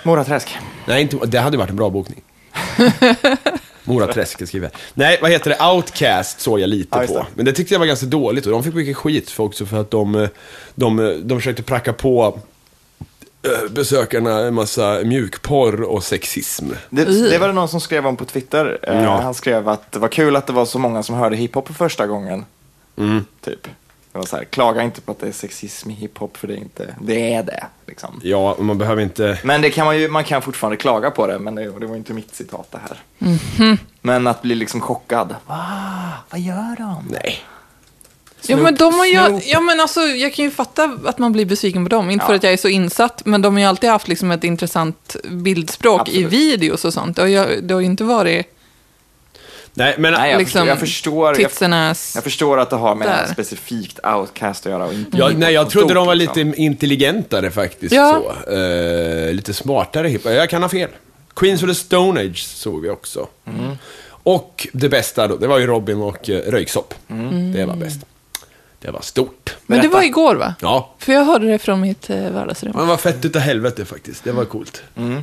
Moraträsk. nej, inte, det hade varit en bra bokning. Mora Träsk, det skriver jag. Nej, vad heter det? Outcast såg jag lite Ja, just på. det. Men det tyckte jag var ganska dåligt och de fick mycket skit för också för att de, eh, de, eh, de försökte pracka på eh, besökarna en massa mjukporr och sexism. Det, Oj. det var det någon som skrev om på Twitter. Eh, Ja. Han skrev att det var kul att det var så många som hörde hiphop för första gången. Mm. Typ. Det var så här, klaga inte på att det är sexism i hiphop för det är inte, det är det. Liksom. Ja, man behöver inte... Men det kan man ju, man kan fortfarande klaga på det, men det, och det var inte mitt citat det här. Mhm. Men att bli liksom chockad. Va? Vad gör de? Nej. ja, men de har ju, Snoop. ja, men alltså, jag kan ju fatta att man blir besviken på dem. Inte för att jag är så insatt, men de har ju alltid haft liksom, ett intressant bildspråk i Absolut. videos och sånt. Det har, ju- det har ju inte varit Nej, men... Nej, jag, liksom, förstår, jag, förstår, jag, tits and ass. jag förstår att det har med Där. specifikt outcast att göra. Och inte Mm. Jag, hiphop nej, jag som trodde stort, de var liksom. lite intelligentare faktiskt. Ja. Så. Eh, lite smartare hiphop. Jag kan ha fel. Queens of the Stone Age såg vi också. Mm. Och det bästa då, det var ju Robin och eh, Röyksopp. Det var bäst. Det var stort. Mm. Men det Berätta. var igår, va? Ja. För jag hörde det från mitt eh, vardagsrum. Men det var fett utav helvete faktiskt. Det var coolt. Mm.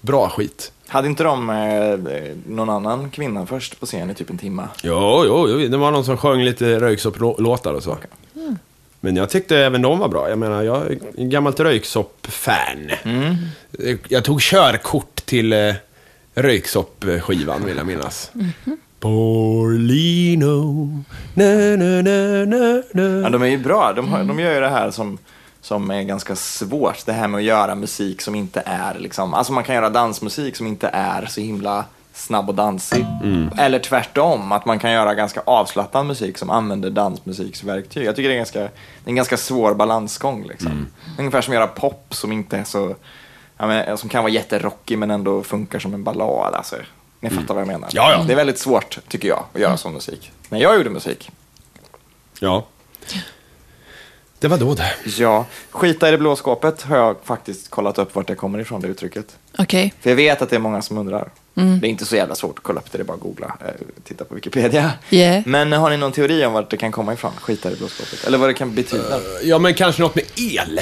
Bra skit. Hade inte de eh, någon annan kvinna först på scen i typ en timme? Jo, jo, jo. det var någon som sjöng lite Röyksopp-låtar och så. Mm. Men jag tyckte även de var bra. Jag menar, jag är en gammalt Röyksopp-fan. Mm. Jag tog körkort till eh, Röyksopp-skivan, vill jag minnas. Mhm. Borlino, na, na, na, na, Ja, na. de är ju bra. De, har, de gör ju det här som, som är ganska svårt. Det här med att göra musik som inte är liksom... Alltså man kan göra dansmusik som inte är så himla snabb och dansig. Mm. Eller tvärtom, att man kan göra ganska avslappnad musik som använder dansmusiksverktyg. Jag tycker det är, ganska, det är en ganska svår balansgång. Liksom. Mm. Ungefär som att göra pop som inte är så... Ja, men, som kan vara jätterockig men ändå funkar som en ballad. Alltså. Ni fattar vad jag menar. Mm. Ja, ja. Det är väldigt svårt, tycker jag, att göra sån musik. När jag gjorde musik, Ja. Det var då det. Ja, skita i det blå skåpet har jag faktiskt kollat upp vart det kommer ifrån, det uttrycket. Okej. För jag vet att det är många som undrar. Det är inte så jävla svårt att kolla upp det, det är bara att googla, eh, titta på Wikipedia. Yeah. Men har ni någon teori om vart det kan komma ifrån, skita i det blå skåpet? Eller vad det kan betyda? Ja, men kanske något med el.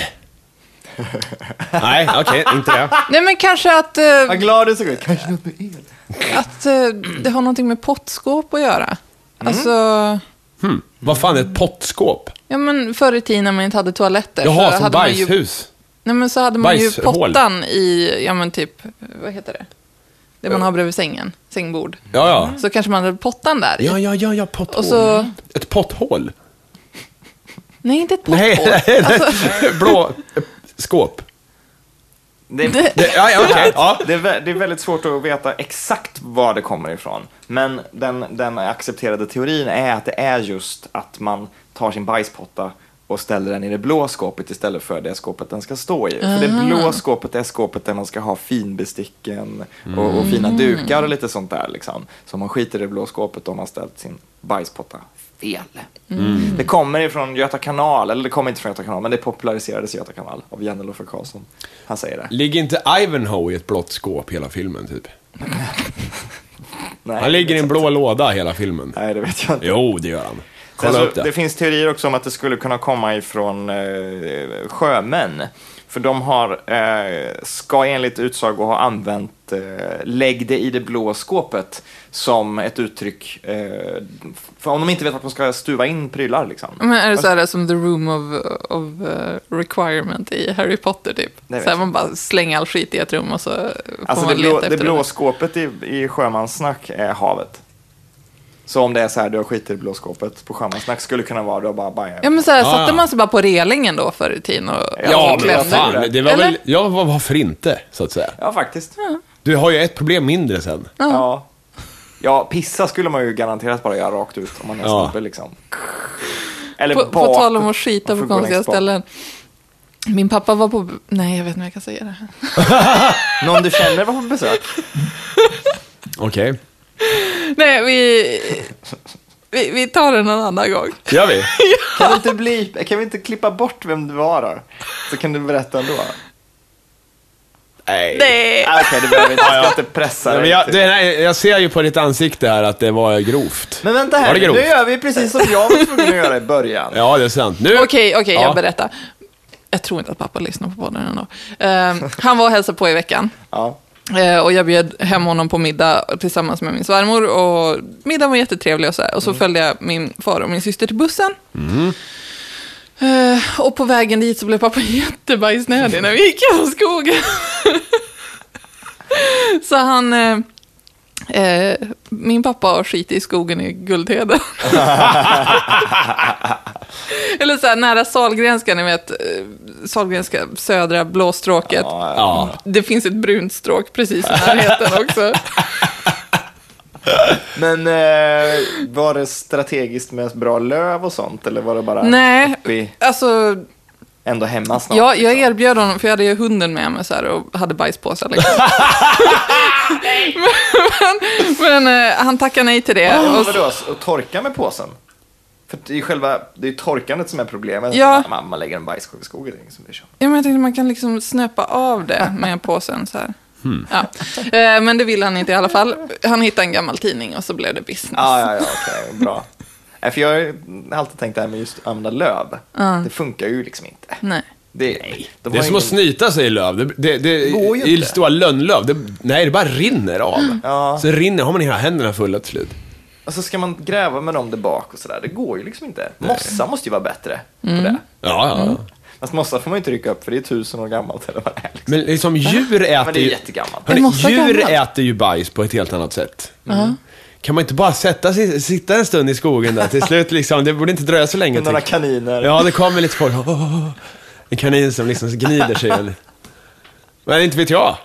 Nej, okej, inte det. Nej, men kanske att, eh, Vad glad du såg ut. Kanske något med el. att eh, det har någonting med pottskåp att göra. Mm. Alltså, Hmm. Vad fan är ett pottskåp? ja men förr i tiden när man inte hade toaletter Jaha, så som hade man ju bajshus. Nej men så hade man ju Bajshål. pottan i, ja men typ, vad heter det? Det Eh. man har bredvid sängen, sängbord. Ja, ja. Så kanske man hade pottan där. i. Ja, ja, ja, ja, potthål. Mm. Och så- Ett potthål? Nej, inte ett potthål. Alltså, Nej, nej, nej. blå eh, skåp. Det, Det- Det, ja, ja, okej. Ja. det, är, vä- det är väldigt svårt att veta exakt var det kommer ifrån. Men den, den accepterade teorin är att det är just att man tar sin bajspotta och ställer den i det blå skåpet istället för det skåpet den ska stå i. För det blå skåpet är skåpet där man ska ha finbesticken och, Mm. och fina dukar och lite sånt där. Liksom. Så om man skiter i det blå skåpet om man ställt sin bajspotta Mm. fel. Det kommer ifrån Göta kanal, eller det kommer inte från Göta kanal, men det populariserades i Göta kanal av Janne Loffe Karlsson. Han säger det. Ligger inte Ivanhoe i ett blått skåp hela filmen, typ? Nej, Han ligger i det- en blå låda hela filmen. Nej, det vet jag inte. Jo, det gör han. Sen Kolla så, upp det. Alltså, det finns teorier också om att det skulle kunna komma ifrån eh, sjömän. För de har, eh, ska enligt utsago ha använt eh, lägg det i det blå skåpet som ett uttryck. Eh, för om de inte vet vart de ska stuva in prylar liksom. Men är det så här som the room of, of eh, requirement i Harry Potter typ? Så Det vet här, jag. man bara slänger all skit i ett rum och så får Alltså det man blå, leta det efter blå det. skåpet i, i sjömanssnack är havet. Så om det är så här, du har skitit i det blå skåpet på sjömanssnack skulle det kunna vara, du har bara bajat. Ja men så här, Ja, satte ja. man sig bara på relingen då förr i tiden och Ja, och men vad klämde? fan. Det var Eller? väl, ja, vad- varför inte, så att säga. Ja, faktiskt. Du har ju ett problem mindre sen. Ja. ja, pissa skulle man ju garanterat bara göra rakt ut om man är Ja. snubbe liksom. Eller På, på bakåt. tal om att skita på Får gå längst konstiga bak. ställen. Min pappa var på... Nej, jag vet inte om jag kan säga det här. Någon du känner var på besök? Okej. Nej, vi, vi, vi tar den en annan gång. Gör vi? Kan vi, inte bli, kan vi inte klippa bort vem du var då? Så kan du berätta ändå. Nej. Nej. Ah, Okej, det behöver vi inte. Jag ska inte pressa Nej, men dig. jag, det, nej, jag ser ju på ditt ansikte här att det var grovt. Men vänta Var här, det nu grovt? gör vi precis som jag var tvungen att göra i början. Ja, det är sant. Nu... Okej, okej, Ja. jag berättar. Jag tror inte att pappa lyssnar på podden ändå. Eh, han var och hälsade på i veckan. Ja. Eh, och jag bjöd hem honom på middag tillsammans med min svärmor. Och middagen var jättetrevlig och så här. Och så följde jag min far och min syster till bussen. Eh, och på vägen dit så blev pappa jättebajsnödig när vi gick genom skogen. så han... Eh, eh, min pappa har skitit i skogen i Guldheden. Eller så här nära Sahlgrenska, ni vet. eh, Sahlgrenska, södra, blåstråket. Ja. Det finns ett brunt stråk precis i närheten också. Men eh, var det strategiskt med bra löv och sånt? Eller var det bara Nej, att vi alltså, ändå hemma snart? jag, jag liksom? erbjöd honom, för jag hade ju hunden med mig så här, och hade bajspåsar. Liksom. men men eh, han tackade nej till det. Ja, Och, vadå, och torka med påsen? För det är ju själva, det är ju torkandet som är problemet. Ja. Man, man lägger en bajskorv i skogen, det är ingen som bryr sig om. ja, men jag tänkte man kan liksom snöpa av det med påsen så här. Ja. Eh, Men det ville han inte i alla fall. Han hittade en gammal tidning och så blev det business. Ah, Ja, ja, ja, okej, bra. Nej, för jag har ju alltid tänkt det här med just att använda löv. Det funkar ju liksom inte. Nej. Det, de Det är har som att ingen- snyta sig i löv. Det, det, det, går ju I inte. Mm. stora lönnlöv. Det, nej, det bara rinner av. Ja. Så rinner, har man hela händerna fulla till slut. Och så Alltså, ska man gräva med dem där bak och sådär. Det går ju liksom inte. Mossa måste ju vara bättre på det. Ja, ja, Mm. ja. Fast mossa får man ju inte rycka upp för det är tusen år gammalt eller vad det är. Liksom. Men liksom djur äter Men det är ju- jättegammalt. Hörrni, Det måste vara djur gammalt. äter ju bajs på ett helt annat sätt. Mm. Kan man inte bara sätta sig, sitta en stund i skogen där till slut liksom, det borde inte dröja så länge. Med några tycker kaniner. jag. Ja, det kommer lite folk. Åh, åh, åh. En kanin som liksom gnider sig. en- Men inte vet jag.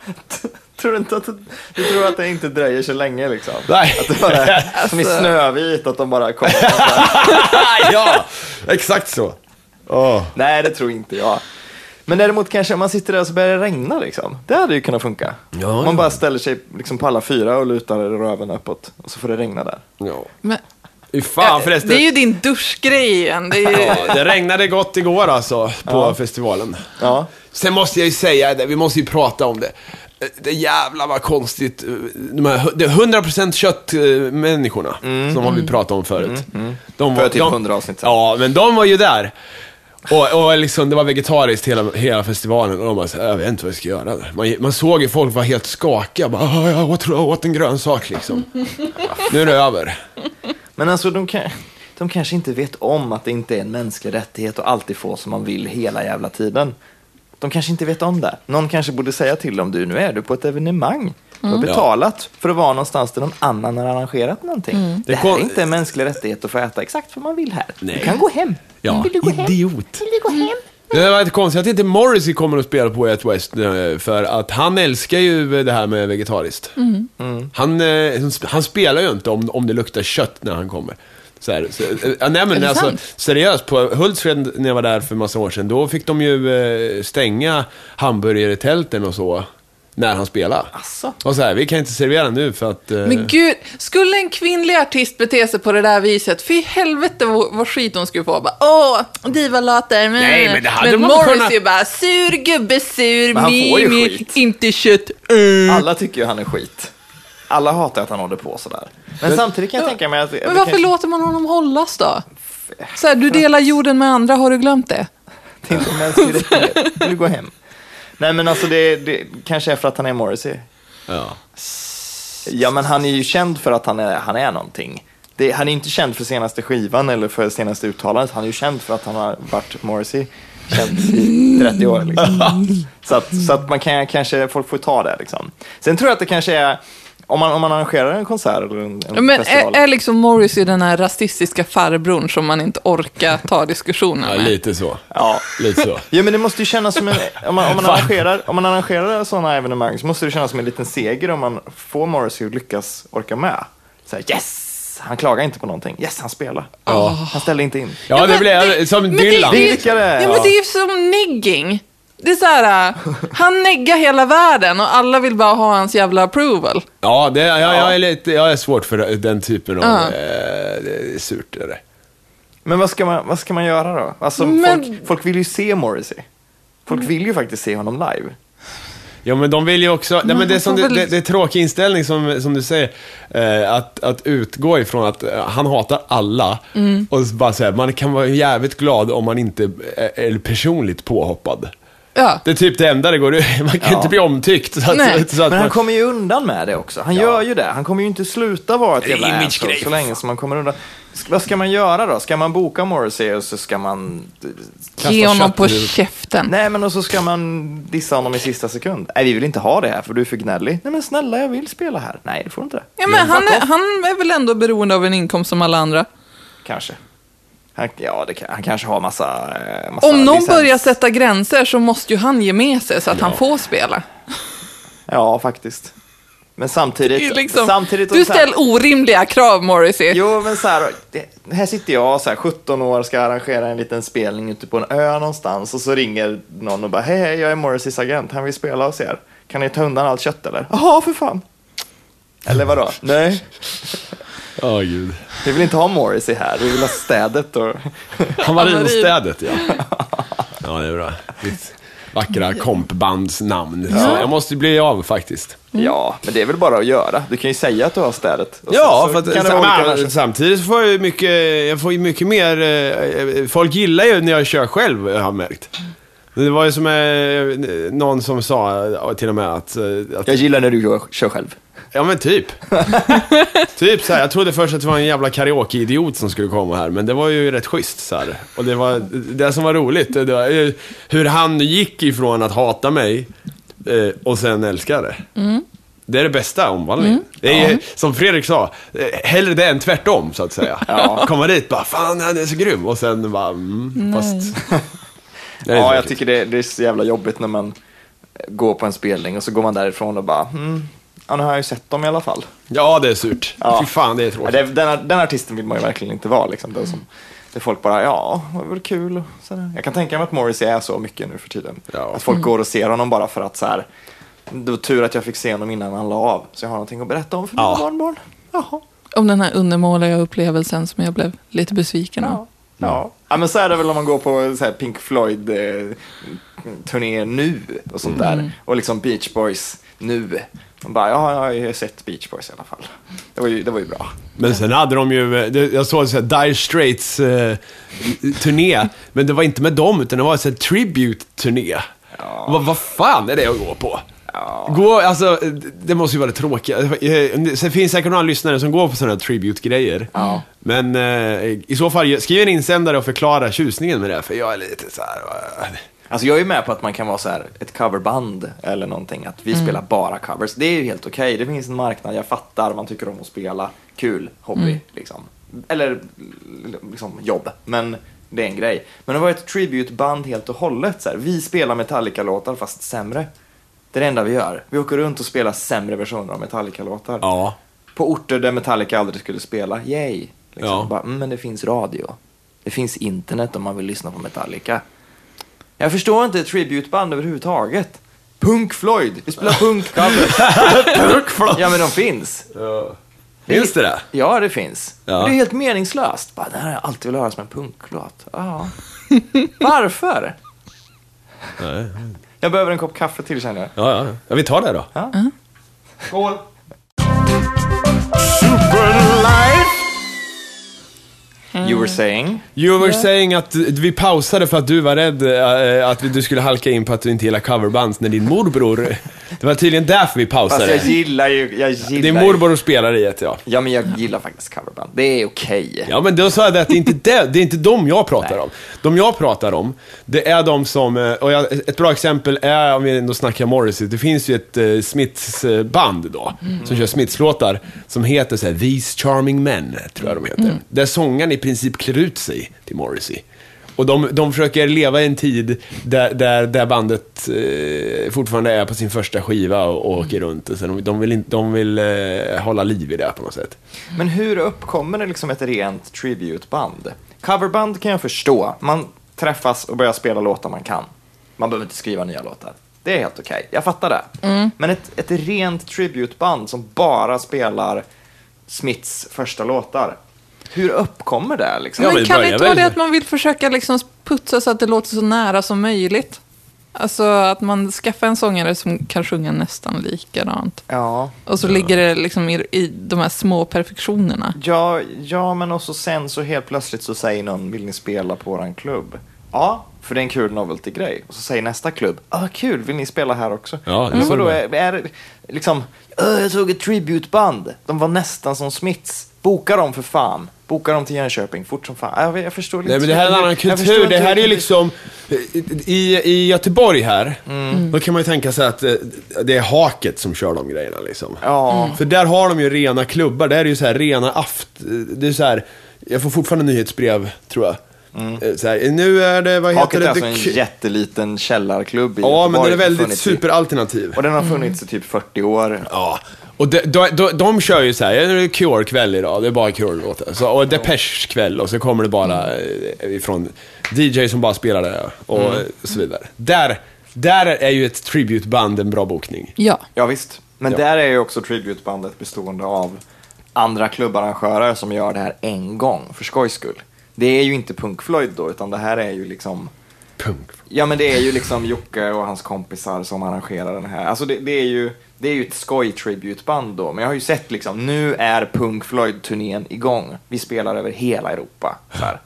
Tror du inte att det, du tror att det inte dröjer så länge liksom? Nej. Alltså- Att det bara, Som i Snövit, att de bara kommer. ja, exakt så. Åh. Nej, det tror inte jag. Men däremot kanske om man sitter där och så börjar det regna liksom. Det hade ju kunnat funka. Ja, Om ja. man bara ställer sig liksom på alla fyra och lutar röven uppåt och så får det regna där. Ja. Men, Fy Eh, fan förresten. det är ju din duschgrej igen. Det är ju, Ja, det regnade gott igår alltså, på festivalen. Ja. Sen måste jag ju säga, det, vi måste ju prata om det. Det jävla vad konstigt, eh, de här det är 100% köttmänniskorna Mm. som har vi pratat om förut. De För typ 100 avsnitt sedan. Ja, men de var ju där. Och, och liksom, det var vegetariskt hela, hela festivalen och de bara så här, jag vet inte vad jag ska göra. Man, man såg ju folk var helt skakiga. Bara, "Ah, jag åt, jag åt en grönsak liksom. nu är det över. Men alltså de, kan, de kanske inte vet om att det inte är en mänsklig rättighet att alltid få som man vill hela jävla tiden. De kanske inte vet om det. Någon kanske borde säga till dem, du nu är du på ett evenemang. Du Mm. har betalat för att vara någonstans där någon annan har arrangerat någonting. Det här Mm. kom- är inte en mänsklig rättighet att få äta exakt vad man vill här. Nej. Du kan gå hem. Ja, Vill du gå hem? idiot. Mm. Vill du gå hem? Det var lite konstigt att inte Morrissey kommer att spela på Way Out West eh, för att han älskar ju det här med vegetariskt. Han, eh, han spelar ju inte om, om det luktar kött när han kommer. Så här, så, eh, ja, nej, men det alltså, sant? seriöst, på Hultsfred när jag var där för massa år sedan, då fick de ju eh, stänga hamburgertälten och så när han spelade. Asså. Och så här, vi kan inte servera nu för att... eh, Men gud, skulle en kvinnlig artist bete sig på det där viset, fy helvete vad, vad skit hon skulle få. Bara, Åh, divalater. Men, Nej, men det hade men man Morrissey kunnat- bara, sur gubbe, sur, Men han får ju mimi, skit. inte kött. Mm. Alla tycker ju han är skit. Alla hatar att han håller på sådär. Men, samtidigt kan jag tänka mig att... Men varför kanske- låter man honom hållas då? Så här, du delar jorden med andra, har du glömt det? Det är inte en mänsklig rättighet. Vill du gå hem? Nej men alltså det, det kanske är för att han är Morrissey. ja. Ja, men han är ju känd för att han är, han är någonting. Det, han är inte känd för senaste skivan eller för senaste uttalandet. Han är ju känd för att han har varit Morrissey. Känd i 30 år liksom. Så att, så att man kan, kanske, folk får ta det liksom. Sen tror jag att det kanske är, om man, om man arrangerar en konsert eller en, en Men festival. är, är liksom Morrissey den här rasistiska farbrorn som man inte orkar ta diskussioner ja, med? lite så. Ja. Lite så. Ja men det måste ju kännas som en, om man, om man arrangerar, om man arrangerar sådana evenemang så måste det kännas som en liten seger om man får Morrissey att lyckas orka med. Så här, yes! Han klagar inte på någonting. Yes, han spelar. Han ställer inte in. Ja, det men blev som men det- Dylan. det- Dyrkare, Ja, men ja. det är ju som negging. Det är så här, äh, han neggar hela världen och alla vill bara ha hans jävla approval. Ja, det, jag, jag, är lite, jag är svårt för den typen av uh. eh, surt. Är det. Men vad ska man, vad ska man göra då? Alltså, Men- folk, folk vill ju se Morrissey. Folk vill ju faktiskt se honom live. Ja, men de vill ju också... Nej, men det, är som, han det, får det, väl- det är tråkig inställning som, som du säger. Eh, att, att utgå ifrån att eh, han hatar alla. Mm. Och så bara säga man kan vara jävligt glad om man inte eh, är personligt påhoppad. Ja. Det är typ det enda det går ut. Man kan Ja. inte bli omtyckt. Så att, Nej. så att Men han man, kommer ju undan med det också. Han gör ju det. Han kommer ju inte sluta vara ett Det är jävla imagegrej, asshole så för länge som man kommer undan. Sk- vad ska man göra då? Ska man boka Morrissey och så ska man... Ge kasta honom kött på i huvudet. käften. Nej men och så ska man dissa honom i sista sekund. Nej vi vill inte ha det här för du är för gnällig. Nej men snälla jag vill spela här. Nej du får inte det. Ja, men han, är, han är väl ändå beroende av en inkomst som alla andra. Alltså, Kanske. Han, ja det, kan- han kanske har massa... eh, massa Om någon licens. börjar sätta gränser så måste ju han ge med sig så att han får spela. Ja faktiskt. Men samtidigt... Det är liksom, samtidigt du och så här- ställer orimliga krav, Morrissey. Jo, men så här, det, här sitter jag så här, 17 år, ska arrangera en liten spelning ute på en ö någonstans och så ringer någon och bara hej, hej, jag är Morrisseys agent, han vill spela hos er. Kan ni ta undan allt kött eller? Jaha, för fan. Eller vadå? Nej, Ja, gud. vi vill inte ha Morrissey här, vi vill ha städet och... Han var Rhinostället, ja. Ja, det är bra. Ditt vackra kompbandsnamn. Så jag måste bli av faktiskt. Ja, men det är väl bara att göra. Du kan ju säga att du har städet. och Ja, så- så för att, kan det vara olika men, människor. samtidigt så får jag ju mycket, jag får ju mycket mer, eh, folk gillar ju när jag kör själv har jag märkt. Det var ju som eh, någon som sa eh, till och med att, eh, att Jag gillar när du gör- kör själv. ja men typ. typ så här, jag trodde först att det var en jävla karaokeidiot som skulle komma här, men det var ju rätt schysst så här. Och det var, det som var roligt, det var ju hur han gick ifrån att hata mig eh, och sen älska det. Det är det bästa omvandlingen. Det är, ju, Som Fredrik sa, eh, hellre det än tvärtom så att säga. Komma dit bara, fan han är så grym och sen bara, mm, fast... Det är Ja, jag tråkigt. tycker det, det är så jävla jobbigt när man går på en spelning och så går man därifrån och bara, hmm, ja nu har jag ju sett dem i alla fall. ja, det är surt. Ja. Fy fan, det är Ja, tråkigt. det, den, den artisten vill man ju verkligen inte vara. Liksom, den som, det är folk bara, ja, det var väl kul. och Sådär. Jag kan tänka mig att Morrissey är så mycket nu för tiden. Ja. Att folk går och ser honom bara för att så här, det var tur att jag fick se honom innan han la av. Så jag har någonting att berätta om för mina Ja. barnbarn. Jaha, Om den här undermåliga upplevelsen som jag blev lite besviken av. ja. Ja. ja, men så är det väl om man går på så här Pink Floyd eh, turné nu och sånt där. Och liksom Beach Boys nu. Man bara, ja, jag har ju sett Beach Boys i alla fall. Det var ju, det var ju bra. Men sen hade de ju, eh, det- jag såg så här Dire Straits eh, turné, men det var inte med dem, utan det var en tribute-turné. Vad, vad fan är det att gå på? Gå, alltså, det måste ju vara det tråkiga. Eh, Sen finns säkert några lyssnare som går på sådana här tribute-grejer. Ja. Men eh, i så fall, skriv en insändare och förklara tjusningen med det, för jag är lite så här. eh, Alltså jag är med på att man kan vara så här ett coverband eller någonting, att vi spelar bara covers. Det är ju helt okej, det finns en marknad, jag fattar, man tycker om att spela, kul, hobby liksom. Eller liksom jobb, men det är en grej. Men det var ett tributeband helt och hållet, så här. vi spelar Metallica-låtar fast sämre. Det är det enda vi gör. Vi åker runt och spelar sämre versioner av Metallica-låtar. Ja. På orter där Metallica aldrig skulle spela, yay! Liksom. Ja. Bara, mm, men det finns radio. Det finns internet om man vill lyssna på Metallica. Jag förstår inte tributeband överhuvudtaget. Punk Floyd, vi spelar punk covers. Punk Floyd. Ja men de finns. Finns det det? Ja det finns. Ja. Men Det är helt meningslöst. Bara, det här har jag alltid velat höra som en punklåt. Ja. Varför? Nej. Jag behöver en kopp kaffe till känner jag. Ja, ja. ja vi tar det då. Ja. Skål! You were saying? You were saying att vi pausade för att du var rädd eh, att du skulle halka in på att du inte gillar coverband när din morbror... Det var tydligen därför vi Alltså jag pausade. gillar ju, jag gillar Din ju- morbror spelar i ett, ja. Ja men jag gillar faktiskt coverband. Det är okej. Ja, men då sa jag det att det är inte det, det är inte dem jag pratar Nej. om. De jag pratar om, det är de som, eh, och jag, ett bra exempel är, om vi ändå snackar Morrissey, det finns ju ett eh, Smiths-band då, som kör Smiths-låtar, som heter så här, These Charming Men, tror jag de heter. Där sångaren i princip klär ut sig till Morrissey. Och de, de försöker leva i en tid där, där, där bandet eh, fortfarande är på sin första skiva och, och åker runt. Och så de, de vill, inte- de vill eh, hålla liv i det på något sätt. Men hur uppkommer det liksom ett rent tributeband? Coverband kan jag förstå. Man träffas och börjar spela låtar man kan. Man behöver inte skriva nya låtar. Det är helt okej. Jag fattar det. Men ett, ett rent tributeband som bara spelar Smiths första låtar. Hur uppkommer det liksom? Ja, men men kan det börja inte vara väl. det att man vill försöka liksom putsa så att det låter så nära som möjligt? Alltså att man skaffar en sångare som kan sjunga nästan likadant. Ja. Och så ligger det liksom i, i de här små perfektionerna. Ja, ja, men också sen så helt plötsligt så säger någon, vill ni spela på våran klubb? Ja, för det är en kul novelty-grej. Och så säger nästa klubb, ja ah, kul, vill ni spela här också? Ja, det Men får vadå, du är, är det liksom, "Öh, jag såg ett tributeband, de var nästan som Smiths. Boka dem för fan, boka dem till Jönköping, fort som fan. Jag, jag förstår inte. Nej men det här är en annan Jag förstår kultur. inte Det här hur- är ju liksom, i, i Göteborg här, Mm. då kan man ju tänka sig att eh, det är haket som kör de grejerna liksom. Ja. Mm. För där har de ju rena klubbar, där är det ju så här rena aft... Det är så här, jag får fortfarande nyhetsbrev, tror jag. Eh, Så här, nu är det, vad heter Mm. Haket är det? alltså The en Q- jättesliten källarklubb i ja, men Göteborg den är som väldigt funnits i- superalternativ. Och den har funnits i typ 40 år. Ja, och de, de, de, de kör ju så här, "Ja, nu är det Cure-kväll idag, det är bara Cure-låtar. Så- Och Depeche-kväll och så kommer det bara eh, ifrån DJ som bara spelar det och eh, så vidare. Där, där är ju ett tributeband en bra bokning. Ja. Ja visst, men Ja. där är ju också tributebandet bestående av andra klubbarrangörer som gör det här en gång för skojs skull. Det är ju inte Punk Floyd då, utan det här är ju liksom Punk. Ja men det är ju liksom Jocke och hans kompisar som arrangerar den här. Alltså det, det är ju det är ju ett skoj-tributeband då. Men jag har ju sett liksom, nu är Punk Floyd-turnén igång. Vi spelar över hela Europa. Så här.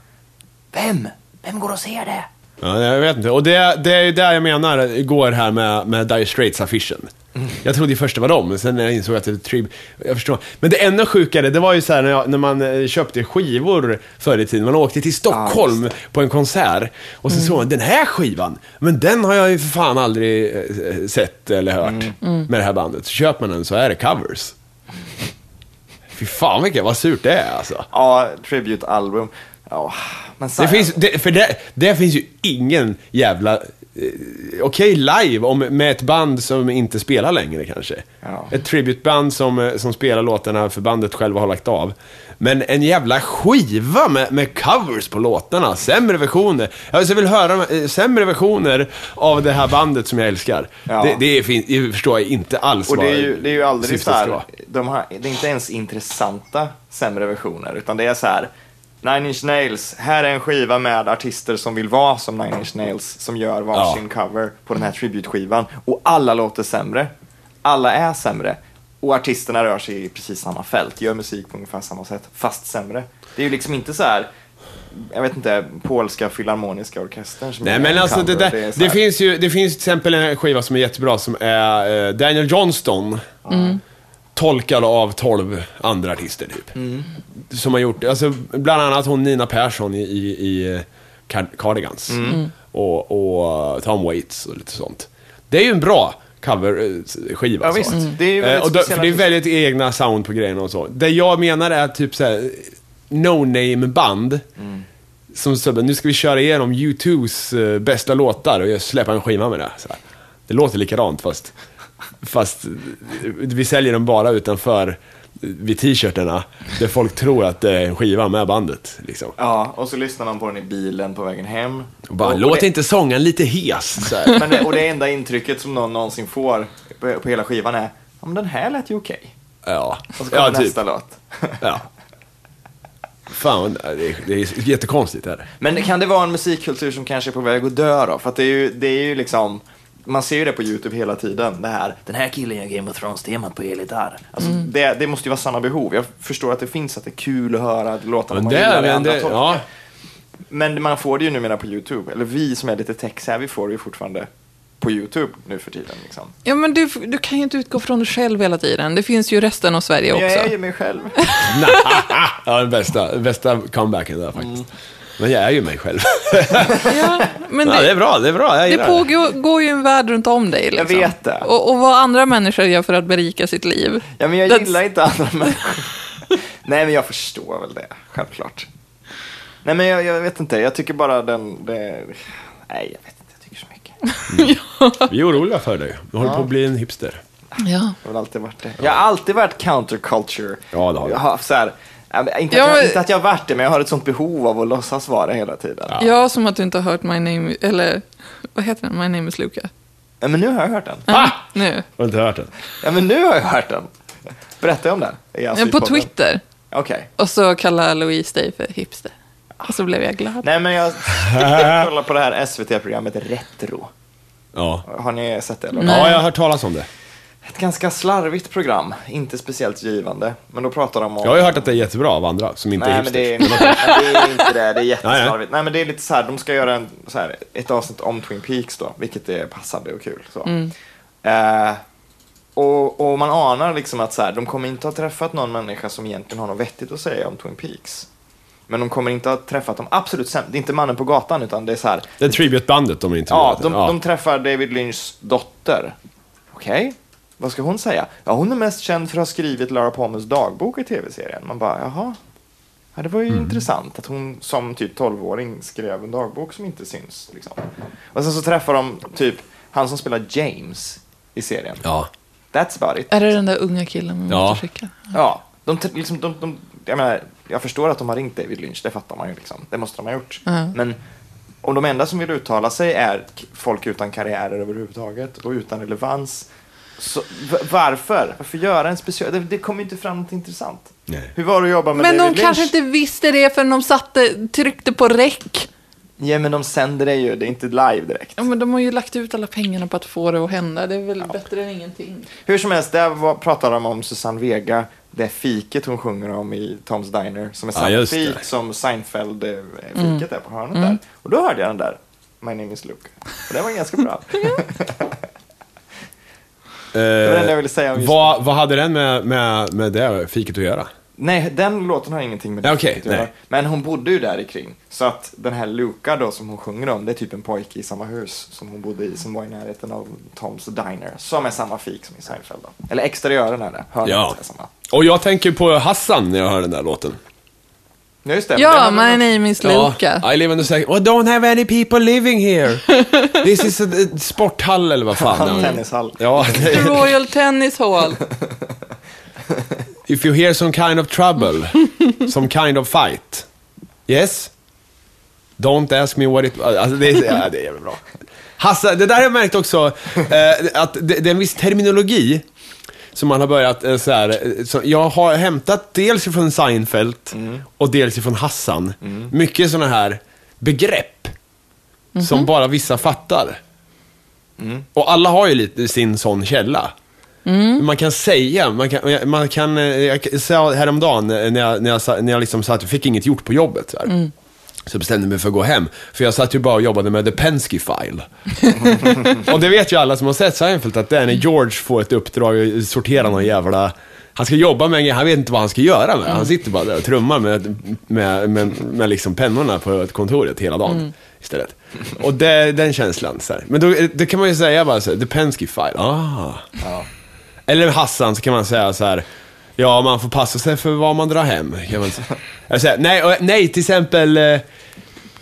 Vem? Vem går och ser det? Ja, jag vet inte. Och det, det är ju där jag menar går här med, med Dire Straits-affischen. Jag trodde ju först det var dem, men sen när jag insåg att det var Trib... Jag förstår. Men det ännu sjukare, det var ju så här när, jag, när man eh, köpte skivor förr i tiden. Man åkte till Stockholm på en konsert och så såg man den här skivan, men den har jag ju för fan aldrig eh, sett eller hört med det här bandet. Så köper man den så är det covers. Fy fan vilket, vad surt det är alltså. Ja, tribute-album. Ja, men så Det här- finns, det, för det, det finns ju ingen jävla... eh, Okej, live om, med ett band som inte spelar längre kanske. Ja. Ett tributeband som, eh, som spelar låtarna för bandet själva har lagt av. Men en jävla skiva med, med covers på låtarna, sämre versioner. Alltså, jag vill höra de- eh, sämre versioner av det här bandet som jag älskar. Ja. Det, det, är fin, det förstår jag inte alls Och vad det är ju, det är ju aldrig syftet så ska vara. här, de här, det är inte ens intressanta sämre versioner, utan det är så här, Nine Inch Nails, här är en skiva med artister som vill vara som Nine Inch Nails som gör varsin cover på den här tributskivan och alla låter sämre. Alla är sämre och artisterna rör sig i precis samma fält, gör musik på ungefär samma sätt, fast sämre. Det är ju liksom inte så här jag vet inte, polska filharmoniska orkestern som Nej gör men en alltså det, cover. där, är det, så här- finns ju, det finns till exempel en skiva som är jättebra som är eh, Daniel Johnston. Tolkad av 12 andra artister typ. Mm. Som har gjort, alltså bland annat hon Nina Persson i, i, i Card- Cardigans. Mm. Och, och Tom Waits och lite sånt. Det är ju en bra eh, coverskiva. Ja, visst. Det är ju väldigt Eh, och då, för speciella det är väldigt egna sound på grejerna och så. Det jag menar är typ såhär, no-name-band. Mm. Som snubben, nu ska vi köra igenom U2s eh, bästa låtar och jag släpper en skiva med det. Så här. Det låter likadant fast, fast eh, vi säljer dem bara utanför eh, vid t-shirtarna. Där folk tror att det är en skiva med bandet. Liksom. Ja, och så lyssnar man på den i bilen på vägen hem. Och bara, och, låt och det, inte sången lite hes. Så här. men det, och det enda intrycket som någon någonsin får på, på hela skivan är, ja men den här lät ju okej. Ja, Och så kommer ja typ. nästa låt. Ja. Fan, eh, det är, det är jättekonstigt. Här. Men kan det vara en musikkultur som kanske är på väg att dö då? För att det är ju, det är ju liksom, man ser ju det på YouTube hela tiden. Det här, den här killen gör Game of Thrones-temat på elgitarr. Alltså, det, det måste ju vara sanna behov. Jag förstår att det finns, att det är kul att höra låtarna Men man det, gillar i är- andra det, tolkar. ja, Men man får det ju numera på YouTube. Eller vi som är lite tech här, vi får det ju fortfarande på YouTube nu för tiden. Liksom. Ja, men du, du kan ju inte utgå från dig själv hela tiden. Det finns ju resten av Sverige Men också. jag är ju mig själv. ja, den bästa, bästa comebacken där faktiskt. Mm. Men jag är ju mig själv. Ja, men Ja, det, det är bra, det är bra. Jag det gillar pågår går ju en värld runt om dig. Liksom. Jag vet det. Och, och vad andra människor gör för att berika sitt liv. Ja, men jag That's- gillar inte andra människor. Nej, men jag förstår väl det, självklart. Nej, men jag, jag vet inte. Jag tycker bara den... Det... Nej, jag vet inte. Jag tycker så mycket. Vi är oroliga för dig. Du håller på att bli en hipster. Ja. Jag har väl alltid varit det. Jag har alltid varit counterculture. Ja, det har du. jag har, så här, ja, men inte, att Ja, jag, men- inte att jag har varit det, men jag har ett sånt behov av att låtsas vara hela tiden. Ja. ja, som att du inte har hört My Name, eller vad heter den? My Name is Luca. Ja, Men nu har jag hört den. Ja, Nu. Alltså, Har du inte hört den? Ja, men nu har jag hört den. Berätta om den. i Ja, På Asylpodden. Twitter. Okej. Och så kallar Louise dig för hipster. Och så blev jag glad. Ah. Nej, men jag jag kollar på det här SVT-programmet Retro. Ja. Har ni sett det? Eller? Ja, jag har hört talas om det. Ett ganska slarvigt program, inte speciellt givande. Men då pratar de om... Jag har ju hört att det är jättebra av andra som inte är Nej men, hipster. det är, nej, det är inte det, det Nej, är nej. jätteslarvigt. Nej men det är lite så här, de ska göra en, så här, ett avsnitt om Twin Peaks då, vilket är passande och kul. Så. Eh, och, och man anar liksom att så här, de kommer inte ha träffat någon människa som egentligen har något vettigt att säga om Twin Peaks. Men de kommer inte ha träffat de absolut sämsta, det är inte mannen på gatan utan det är så här, Det är tributbandet de intervjuade. Ja, de, de träffar David Lynchs dotter. Okej, vad ska hon säga? Ja, hon är mest känd för att ha skrivit Lara Palmers dagbok i tv-serien. Man bara, jaha. Ja, det var ju intressant att hon som typ 12-åring skrev en dagbok som inte syns. Liksom. Och sen så träffar de typ han som spelar James i serien. Ja. That's about it. Är det den där unga killen med Ja. motorcykeln? Ja, de, t- liksom, de, de, jag, menar, jag förstår att de har ringt David Lynch, det fattar man ju. Liksom. Det måste de ha gjort. Mm. Men om de enda som vill uttala sig är k- folk utan karriärer överhuvudtaget och utan relevans, så, v- varför? Varför göra en speciell... Det, det kommer ju inte fram något intressant. Nej. Hur var det att jobba med Men de David Lynch? kanske inte visste det förrän de satte, tryckte på räck. Ja, men de sänder det ju, det är inte live direkt. Ja, men de har ju lagt ut alla pengarna på att få det att hända. Det är väl bättre än ingenting. Hur som helst, där var, pratade de om Susanne Vega, det fiket hon sjunger om i Tom's Diner, som är Ja, samma just fik det. som Seinfeld-fiket Mm. är på hörnet där. Och då hörde jag den där, My name is Luke. Och den var ganska bra. det var det enda jag ville säga om just Eh, vad, vad hade den med, med, med det fiket att göra? Nej, den låten har ingenting med det Ja, okej, att göra. nej. Men hon bodde ju där i kring. Så att den här Luca då som hon sjunger om, det är typ en pojke i samma hus som hon bodde i, som var i närheten av Tom's Diner, som är samma fik som i Seinfeld då. Eller exteriören är det, hörnet Ja. är samma. Och jag tänker på Hassan när jag hör den där låten. Ja, just det. men den Ja, har my vi nog- name is Luca. Ja, I live in the second. Well, don't have any people living here. This is a, a sporthall eller vad fan. Ja, tennishall. Ja, det The är- Royal Tennis Hall. If you hear some kind of trouble, some kind of fight. Yes? Don't ask me what it... Alltså det, är, ja, det är jävligt bra. Hassa, det där har jag märkt också, eh, att det, det är en viss terminologi som man har börjat eh, så här, eh, så jag har hämtat dels ifrån Seinfeld och dels ifrån Hassan. Mycket sådana här begrepp som bara vissa fattar. Och alla har ju lite sin sån källa. Man kan säga, man kan, man kan, eh, jag sa häromdagen eh, när jag, när jag, sa- när jag liksom satt, fick inget gjort på jobbet. Så, här. så bestämde jag mig för att gå hem. För jag satt ju bara och jobbade med The Penske File. Och det vet ju alla som har sett Seinfeld att det är när George får ett uppdrag att sortera någon jävla... Han ska jobba med en grej, han vet inte vad han ska göra med det. Han sitter bara där och trummar med, med, med, med liksom pennorna på kontoret hela dagen istället. Och det, den känslan. Så här. Men då, då kan man ju säga bara så här, The Penske File, ah. Eller Hassan så kan man säga så här. Ja, man får passa sig för vad man drar hem. Kan man säga. Eller så här, nej, och- nej, till exempel... eh,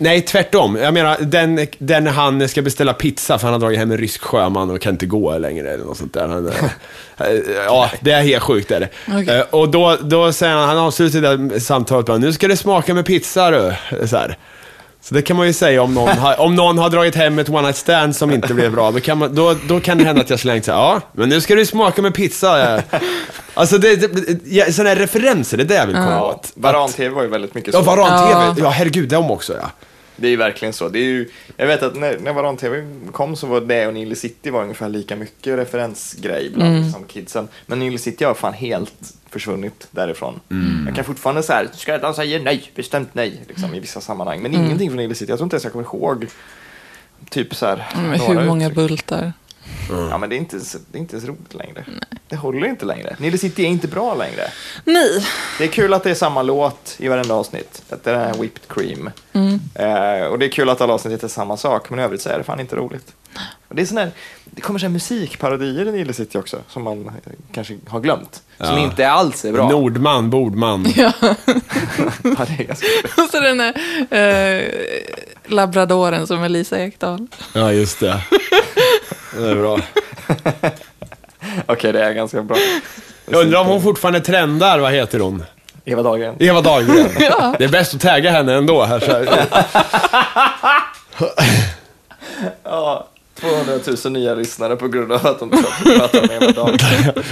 Nej, tvärtom. Jag menar, den, den han ska beställa pizza för han har dragit hem en rysk sjöman och kan inte gå längre eller något sånt där. Han, eh, ja, det är helt sjukt är det. Okej. Eh, Och då, då säger han, han avslutar det där samtalet med nu ska det smaka med pizza du. Så, här. så det kan man ju säga om någon, har, om någon har dragit hem ett one night stand som inte blev bra. Då kan, man, då, då kan det hända att jag slängt så här, ja, men nu ska du smaka med pizza. eh." Alltså, det, det, ja, sådana här referenser, det är det jag vill komma åt. Varan-tv var ju väldigt mycket så. Ja, Ja. varan-tv. Ja, herregud, de också ja. Det är ju verkligen så. Det är ju, jag vet att när, när Varan-TV kom så var det och Nile City var ungefär lika mycket referensgrej bland Mm. liksom, kidsen. Men Nile City har fan helt försvunnit därifrån. Mm. Jag kan fortfarande säga ska de säger nej, bestämt nej, liksom, i vissa sammanhang. Mm. Men ingenting från Nile City. Jag tror inte ens jag kommer ihåg typ så här, Mm, Men några hur många uttryck. bultar? Ja, men det är inte ens, det är inte ens roligt längre. Det håller inte längre. Nile City är inte bra längre. Nej. Det är kul att det är samma låt i varenda avsnitt. Att det är Whipped Cream. Eh, och det är kul att alla avsnitt heter samma sak, men i övrigt så är det fan inte roligt. Och det, är sån här, det kommer så här musikparodier i Nile City också, som man eh, kanske har glömt. Som Ja. inte alls är bra. Nordman, Bordman. Ja, det är ganska kul. Och så den där eh, labradoren som är Lisa Ekdahl. Ja, just det. Det är bra. Okej, det är ganska bra. Jag undrar om hon fortfarande trendar, vad heter hon? Eva Dahlgren. Eva Dahlgren. Det är bäst att tagga henne ändå. Här, så här. Ja, 200 000 nya lyssnare på grund av att de pratar med Eva Dahlgren.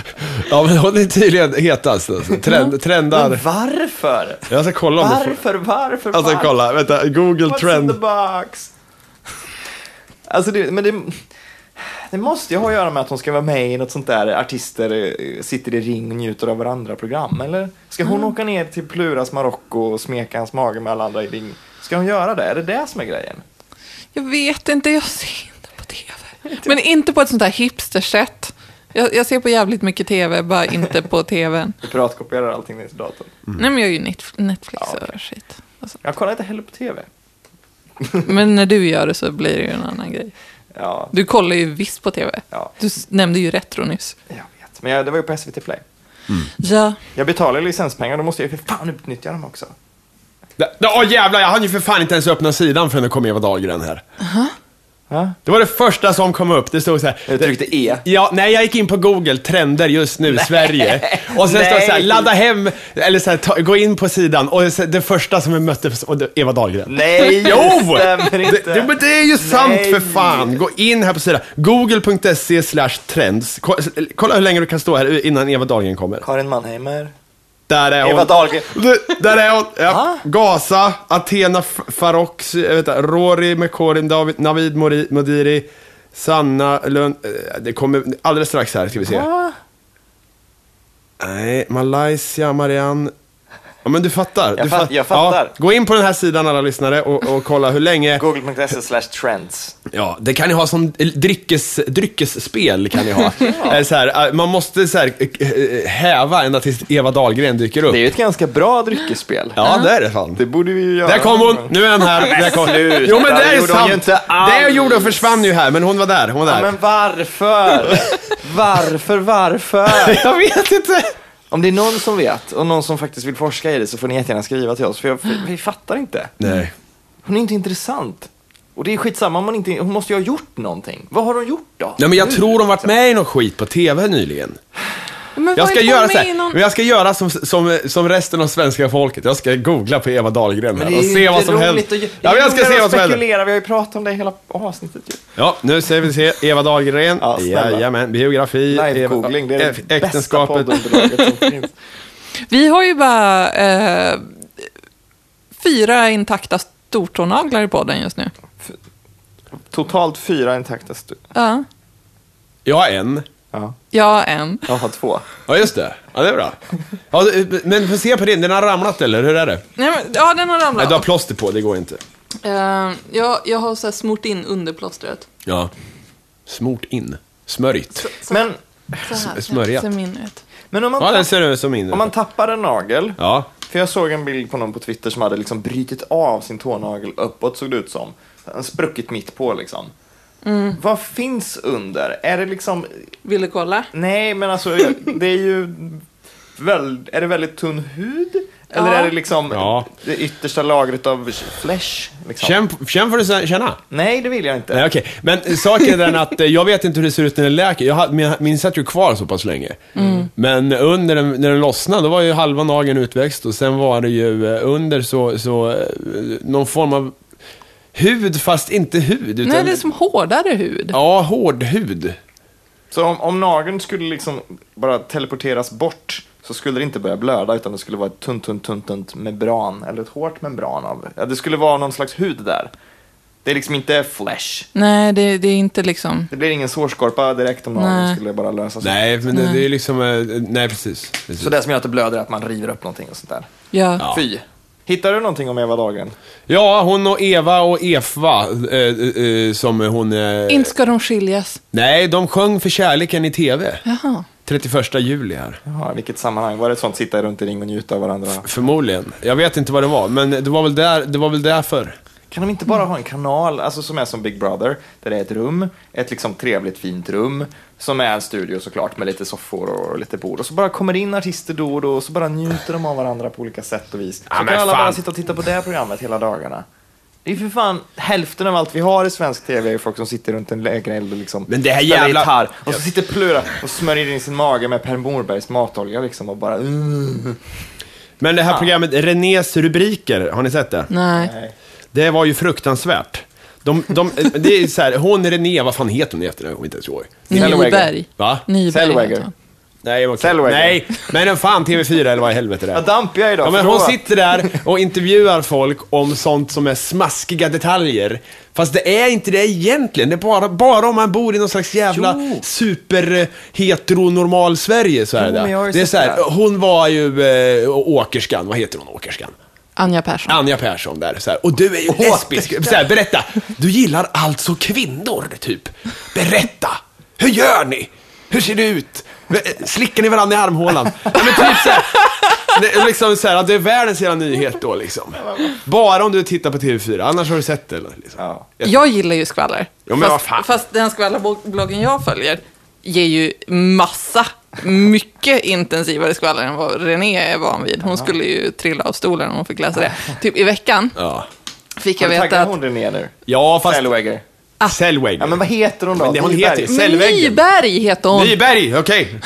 Ja, men hon är tydligen hetast. Alltså. Trend, trendar. Varför? Jag ska kolla om du får... Mm. Varför, varför, Jag ska varför? kolla, vänta, Google What's in Trend. the box? Alltså det, men det, det måste ju ha att göra med att hon ska vara med i något sånt där artister eh, sitter i ring och njuter av varandra program eller? Ska hon Mm. åka ner till Pluras Marocko och smeka hans mage med alla andra i ring? Ska hon göra det? Är det det som är grejen? Jag vet inte, jag ser inte på tv. Men inte på ett sånt här hipstersätt. Jag, jag ser på jävligt mycket tv, bara inte på tvn. Du piratkopierar allting ner till datorn. Nej, men jag är ju Netf- Netflix Ja, okej. och shit. Alltså. Jag kollar inte heller på TV. Men när du gör det så blir det ju en annan grej. Ja, Du kollar ju visst på tv. Ja. Du s- nämnde ju retro nyss. jag vet. Men jag, det var ju på SVT Play. Ja, Jag betalar licenspengar, då måste jag ju för fan utnyttja dem också. Åh jävlar, jag hann ju för fan inte ens öppna sidan förrän det kom Eva Dahlgren här. Ja. Det var det första som kom upp, det stod så här. Jag tryckte E. Ja, nej, jag gick in på Google, trender just nu, Sverige. Och sen står det så här, Nej. ladda hem, eller så här, ta, gå in på sidan och så, det första som jag mötte, och det, Eva Dahlgren. Nej, det Jo! stämmer Det, inte. det, men det är ju sant Nej. för fan! Gå in här på sidan, google.se slash trends. Ko- Kolla hur länge du kan stå här innan Eva Dahlgren kommer. Karin Mannheimer. Där är hon. Eva Dahlgren. Du, Där är hon. Ja. Ah. Gaza, Athena F- Farrokhs, jag vet inte, Rory Mekorin, David, Navid Mori- Modiri, Sanna Lund. eh, Det kommer alldeles strax här, ska vi se. Ah. Nej, Malaysia, Marianne. Ja, men du fattar. Jag du fa- fat- jag fattar. Ja, gå in på den här sidan alla lyssnare och, och kolla hur länge. Google.se slash trends. Ja, det kan ni ha som dryckes, dryckesspel. Kan ni ha. Eh, så här, eh, man måste så här, eh, häva ända tills Eva Dahlgren dyker upp. Det är ju ett ganska bra dryckesspel. Ja, det är det fan. Det borde vi ju göra. Där kom hon, nu är hon här. Där kom. Jo men det det är gjorde hon ju sant. inte alls. Det jag gjorde och försvann ju här, men hon var där. Hon var Ja, där. men varför? Varför, varför? Jag vet inte. Om det är någon som vet och någon som faktiskt vill forska i det så får ni jättegärna skriva till oss för jag, vi fattar inte. Nej. Hon är inte intressant. Och det är skitsamma om hon inte, hon måste ju ha gjort någonting. Vad har hon gjort då? Nej men jag tror de varit med i någon skit på TV nyligen. jag Men vad ska är det göra med så här, i någon- men jag ska göra som, som, som resten av svenska folket. Jag ska googla på Eva Dahlgren Men här det är och ju se vad inte som roligt händer. att- Ja, men jag ska det är se roligare vad som att händer. spekulera, vi har ju pratat om det hela avsnittet ju. Ja, nu ser vi se Eva Dahlgren. Ja, snälla. Jajamän, biografi. Live-googling, det är det Eva- bästa äktenskapet. poddunderlaget som finns. Vi har ju bara eh, fyra intakta stortånaglar i podden just nu. Totalt fyra intakta stu- Ja, Jag har en. ja. ja en. Jag har två. Ja, just det. Ja, det är bra. Ja, du- men få se på din. Den har ramlat eller? Hur är det? Nej, men, ja, den har Nej, ramlat. du har plåster på. Det går inte. Eh, jag, jag har så här smort in underplåstret. Ja. Smort in. Smörjt. Så, Men, så här, smörjat. ser min ut. men om, man Ja, den tapp, ser ut som min. om man tappar en nagel, Ja. för jag såg en bild på någon på Twitter som hade liksom brutit av sin tånagel uppåt, såg det ut som. Den spruckit mitt på liksom. Mm. Vad finns under? Är det liksom, Vill du kolla? nej men alltså, det är ju, väl, är det väldigt tunn hud? Eller Ja. är det liksom Ja. det yttersta lagret av flesh? Liksom? Känn, känn får du sen- känna. Nej, det vill jag inte. Nej, okej. Men saken är den att eh, jag vet inte hur det ser ut när den läker. Jag, hade- min, min satt ju kvar så pass länge. Men under den, när den lossnade, då var ju halva nageln utväxt och sen var det ju eh, under så, så eh, någon form av hud, fast inte hud. Utan, Nej, det är som hårdare hud. Ja, hård hud. Så om, om nageln skulle liksom bara teleporteras bort så skulle det inte börja blöda utan det skulle vara ett tunt, tunt, tunt, tunt membran eller ett hårt membran av, ja, det skulle vara någon slags hud där. Det är liksom inte flesh. Nej, det, det är inte liksom... Det blir ingen sårskorpa direkt om nageln Nej. skulle bara lösas. upp. Nej, men det, det är liksom... eh, Nej, precis. precis. Så det som gör att det blöder är att man river upp någonting och sånt där. Ja. Ja. Fy. Hittar du någonting om Eva Dagen? Ja, hon och Eva och Efva, eh, eh, eh, som hon... Eh, Inte ska de skiljas. Nej, de sjöng för kärleken i TV. Jaha. 31 juli här. Jaha, i vilket sammanhang? Var det ett sånt sitta runt i ring och njuta av varandra? Förmodligen. Jag vet inte vad det var, men det var väl, där, det var väl därför. Kan de inte bara ha en kanal, alltså som är som Big Brother, där det är ett rum, ett liksom trevligt fint rum, som är en studio såklart med lite soffor och lite bord. Och så bara kommer det in artister då och då och så bara njuter de av varandra på olika sätt och vis. Så Ja, kan men alla fan. bara sitta och titta på det här programmet hela dagarna. Det är ju för fan hälften av allt vi har i svensk tv är ju folk som sitter runt en lägereld och liksom Men det här spelar jävla- gitarr. Och så sitter Plura och smörjer in sin mage med Per Morbergs matolja liksom och bara... Mm. Men det här programmet, Renés rubriker, har ni sett det? Nej. Nej. Det var ju fruktansvärt. De, de, eh, det är så här, hon René, vad fan heter hon i efternamn? Jag kommer inte ens ihåg. Zellweger. Nyberg. Va? Nyberg Zellweger. heter han. Nej, jag var- Zellweger. Nej, men fan TV4 eller vad i helvete det Vad är. dampig jag är idag, Ja, men hon förlåt. sitter där och intervjuar folk om sånt som är smaskiga detaljer. Fast det är inte det egentligen. Det är bara, bara om man bor i någon slags jävla Jo. super-heteronormal Sverige så är Jo, det. men jag har ju det är sett så här, det här. hon var ju eh, åkerskan, vad heter hon åkerskan? Anja Persson. Anja Persson där, så här, och du är ju lesbisk. Så här, berätta, du gillar alltså kvinnor, typ. Berätta, hur gör ni? Hur ser det ut? Slickar ni varandra i armhålan? Ja, men typ så här, det, är liksom så här, det är världens hela nyhet då, liksom. Bara om du tittar på TV4, annars har du sett det. eller, Liksom. Ja. Jag gillar ju skvaller. Jo, men vad fast, fan. fast den skvallerbloggen jag följer ger ju massa, mycket intensivare skvaller än vad René är van vid. Hon skulle ju trilla av stolen om hon fick läsa det. Typ i veckan Ja. fick Har jag du veta taggat att... hon det ner nu? ja, fast... Ah. Zellweger. Zellweger. Ja, men vad heter hon då? Men det- hon Nyberg. heter ju- Men Zellweger. Nyberg heter hon. Nyberg, okej.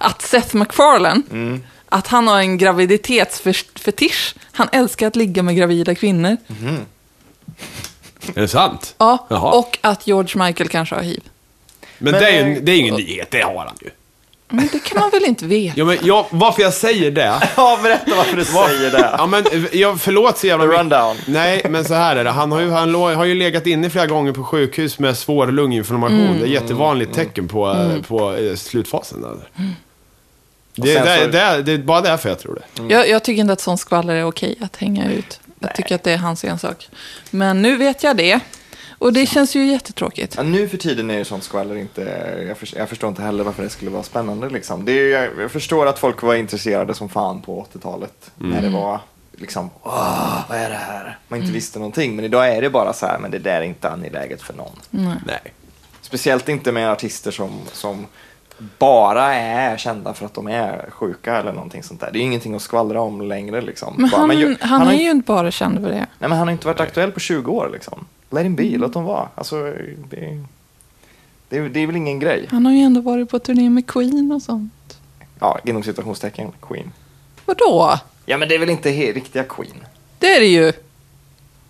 Att Seth MacFarlane, Mm. att han har en graviditetsfetisch. Han älskar att ligga med gravida kvinnor. Mm. Är det sant? Ja, Jaha. och att George Michael kanske har hiv. men det är ju det är ju ingen nyhet, det har han ju. Men det kan man väl inte veta? Ja, men jag, varför jag säger det, Ja, berätta varför du säger det. Ja men jag, förlåt så jävla The mycket. rundown. Nej, men så här är det. Han har ju, han lo- har ju legat inne flera gånger på sjukhus med svår lunginflammation. Mm. Det är ett jättevanligt tecken på, eh, på eh, slutfasen. Där. Det, Mm. sen det, så- Mm. det, det, är bara därför jag tror det. Jag, jag tycker inte att sån skvaller är okej att hänga ut. Jag tycker att det är hans ensak. Men nu vet jag det. Och det känns ju jättetråkigt. Ja, nu för tiden är ju sånt skvaller inte, jag, för, jag förstår inte heller varför det skulle vara spännande liksom. Det är, ju- jag, jag förstår att folk var intresserade som fan på 80-talet. Mm. När det var liksom, åh, vad är det här? Man inte visste någonting. Men idag är det bara så här, men det där är inte angeläget för någon. Mm. Nej. Speciellt inte med artister som, som bara är kända för att de är sjuka eller någonting sånt där. Det är ju ingenting att skvallra om längre liksom. Men Bara, han, ju- han, har är ju- ju inte bara känd för det. Nej, men han har inte varit aktuell på 20 år liksom. Let him be, låt dem vara. Alltså, det, det, är- det är väl ingen grej. Han har ju ändå varit på turné med Queen och sånt. ja, inom citationstecken, Queen. Vadå? Ja, men det är väl inte he- riktiga Queen? Det är det ju.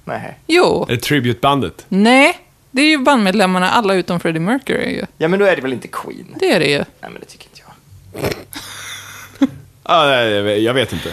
Nej. Jo. Är det tributbandet? Nej. Det är ju bandmedlemmarna, alla utom Freddie Mercury ju. Ja, men då är det väl inte Queen? Det är det ju. Nej, men det tycker inte jag. Ah, nej, jag vet- jag vet inte.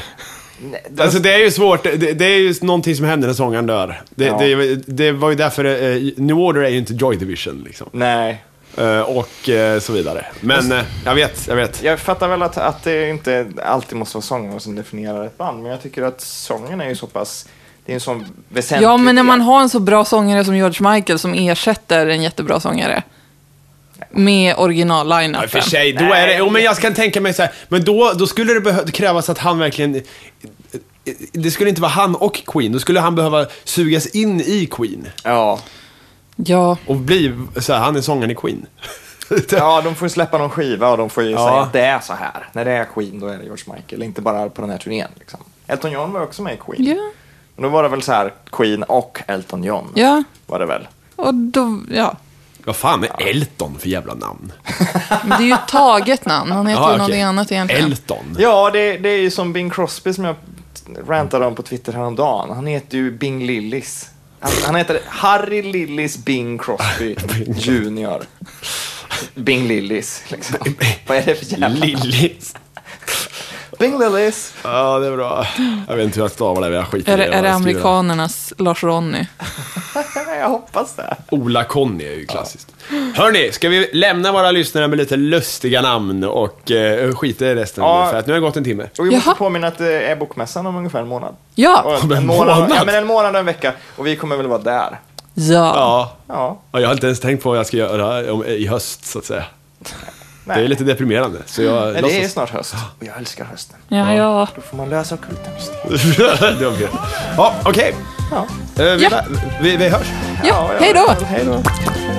Nej, det- Alltså det är ju svårt, det, det är ju någonting som händer när sångaren dör. Det, Ja. det, det var ju därför, eh, New Order är ju inte Joy Division liksom. Nej. Eh, och eh, så vidare. Men eh, jag vet, jag vet. Jag fattar väl att, att det inte alltid måste vara sången som definierar ett band, men jag tycker att sången är ju så pass... Det är en sån väsentlig... Ja, men när man del. har en så bra sångare som George Michael som ersätter en jättebra sångare med Ja, i och för original-line-upen. sig, då är det, jo, men jag kan tänka mig så här, men då, då skulle det behö- krävas att han verkligen det skulle inte vara han och Queen, då skulle han behöva sugas in i Queen. Ja. Ja, Och bli så här, han är sångaren i Queen. ja, de får ju släppa någon skiva och de får ju Ja. säga att det är så här. När det är Queen, då är det George Michael, inte bara på den här turnén. Liksom. Elton John var ju också med i Queen. Ja. Men då var det väl så här, Queen och Elton John. ja. Var det väl. Och då, ja. Vad fan är Elton för jävla namn? Men Det är ju ett taget namn. Han heter Ja, ju okej. någonting annat egentligen. Elton. Ja, det, det är ju som Bing Crosby som jag rantade om på Twitter häromdagen. Han heter ju Bing Lillis. Han, han heter Harry Lillis Bing Crosby Junior. Bing Lillis, liksom. Vad är det för jävla namn? Lillis. Bing Lillis. Ja, det är bra. Jag vet inte hur jag stavar det, men jag skiter Är i det, är det Jag skriver amerikanernas Lars Ronny? Jag hoppas det. Ola-Conny är ju klassiskt. Hörni, ska vi lämna våra lyssnare med lite lustiga namn och eh, skita i resten? Ja. För att nu har det gått en timme. Och vi måste Jaha. påminna att det är bokmässan om ungefär en månad. Ja! Om en månad? Ja, men en månad och en vecka. Och vi kommer väl vara där. Ja. Ja. Ja, ja, jag har inte ens tänkt på vad jag ska göra om, i höst, så att säga. nej. Det är lite deprimerande, så jag Nej, det är låtsas... snart höst. Och jag älskar hösten. Ja, ja. Då får man lösa ockulta mysterier. Dumt ju. Ja, okej. Ja. Eh, vi, Ja. vi, vi hörs. Ja, hej då! Hej då.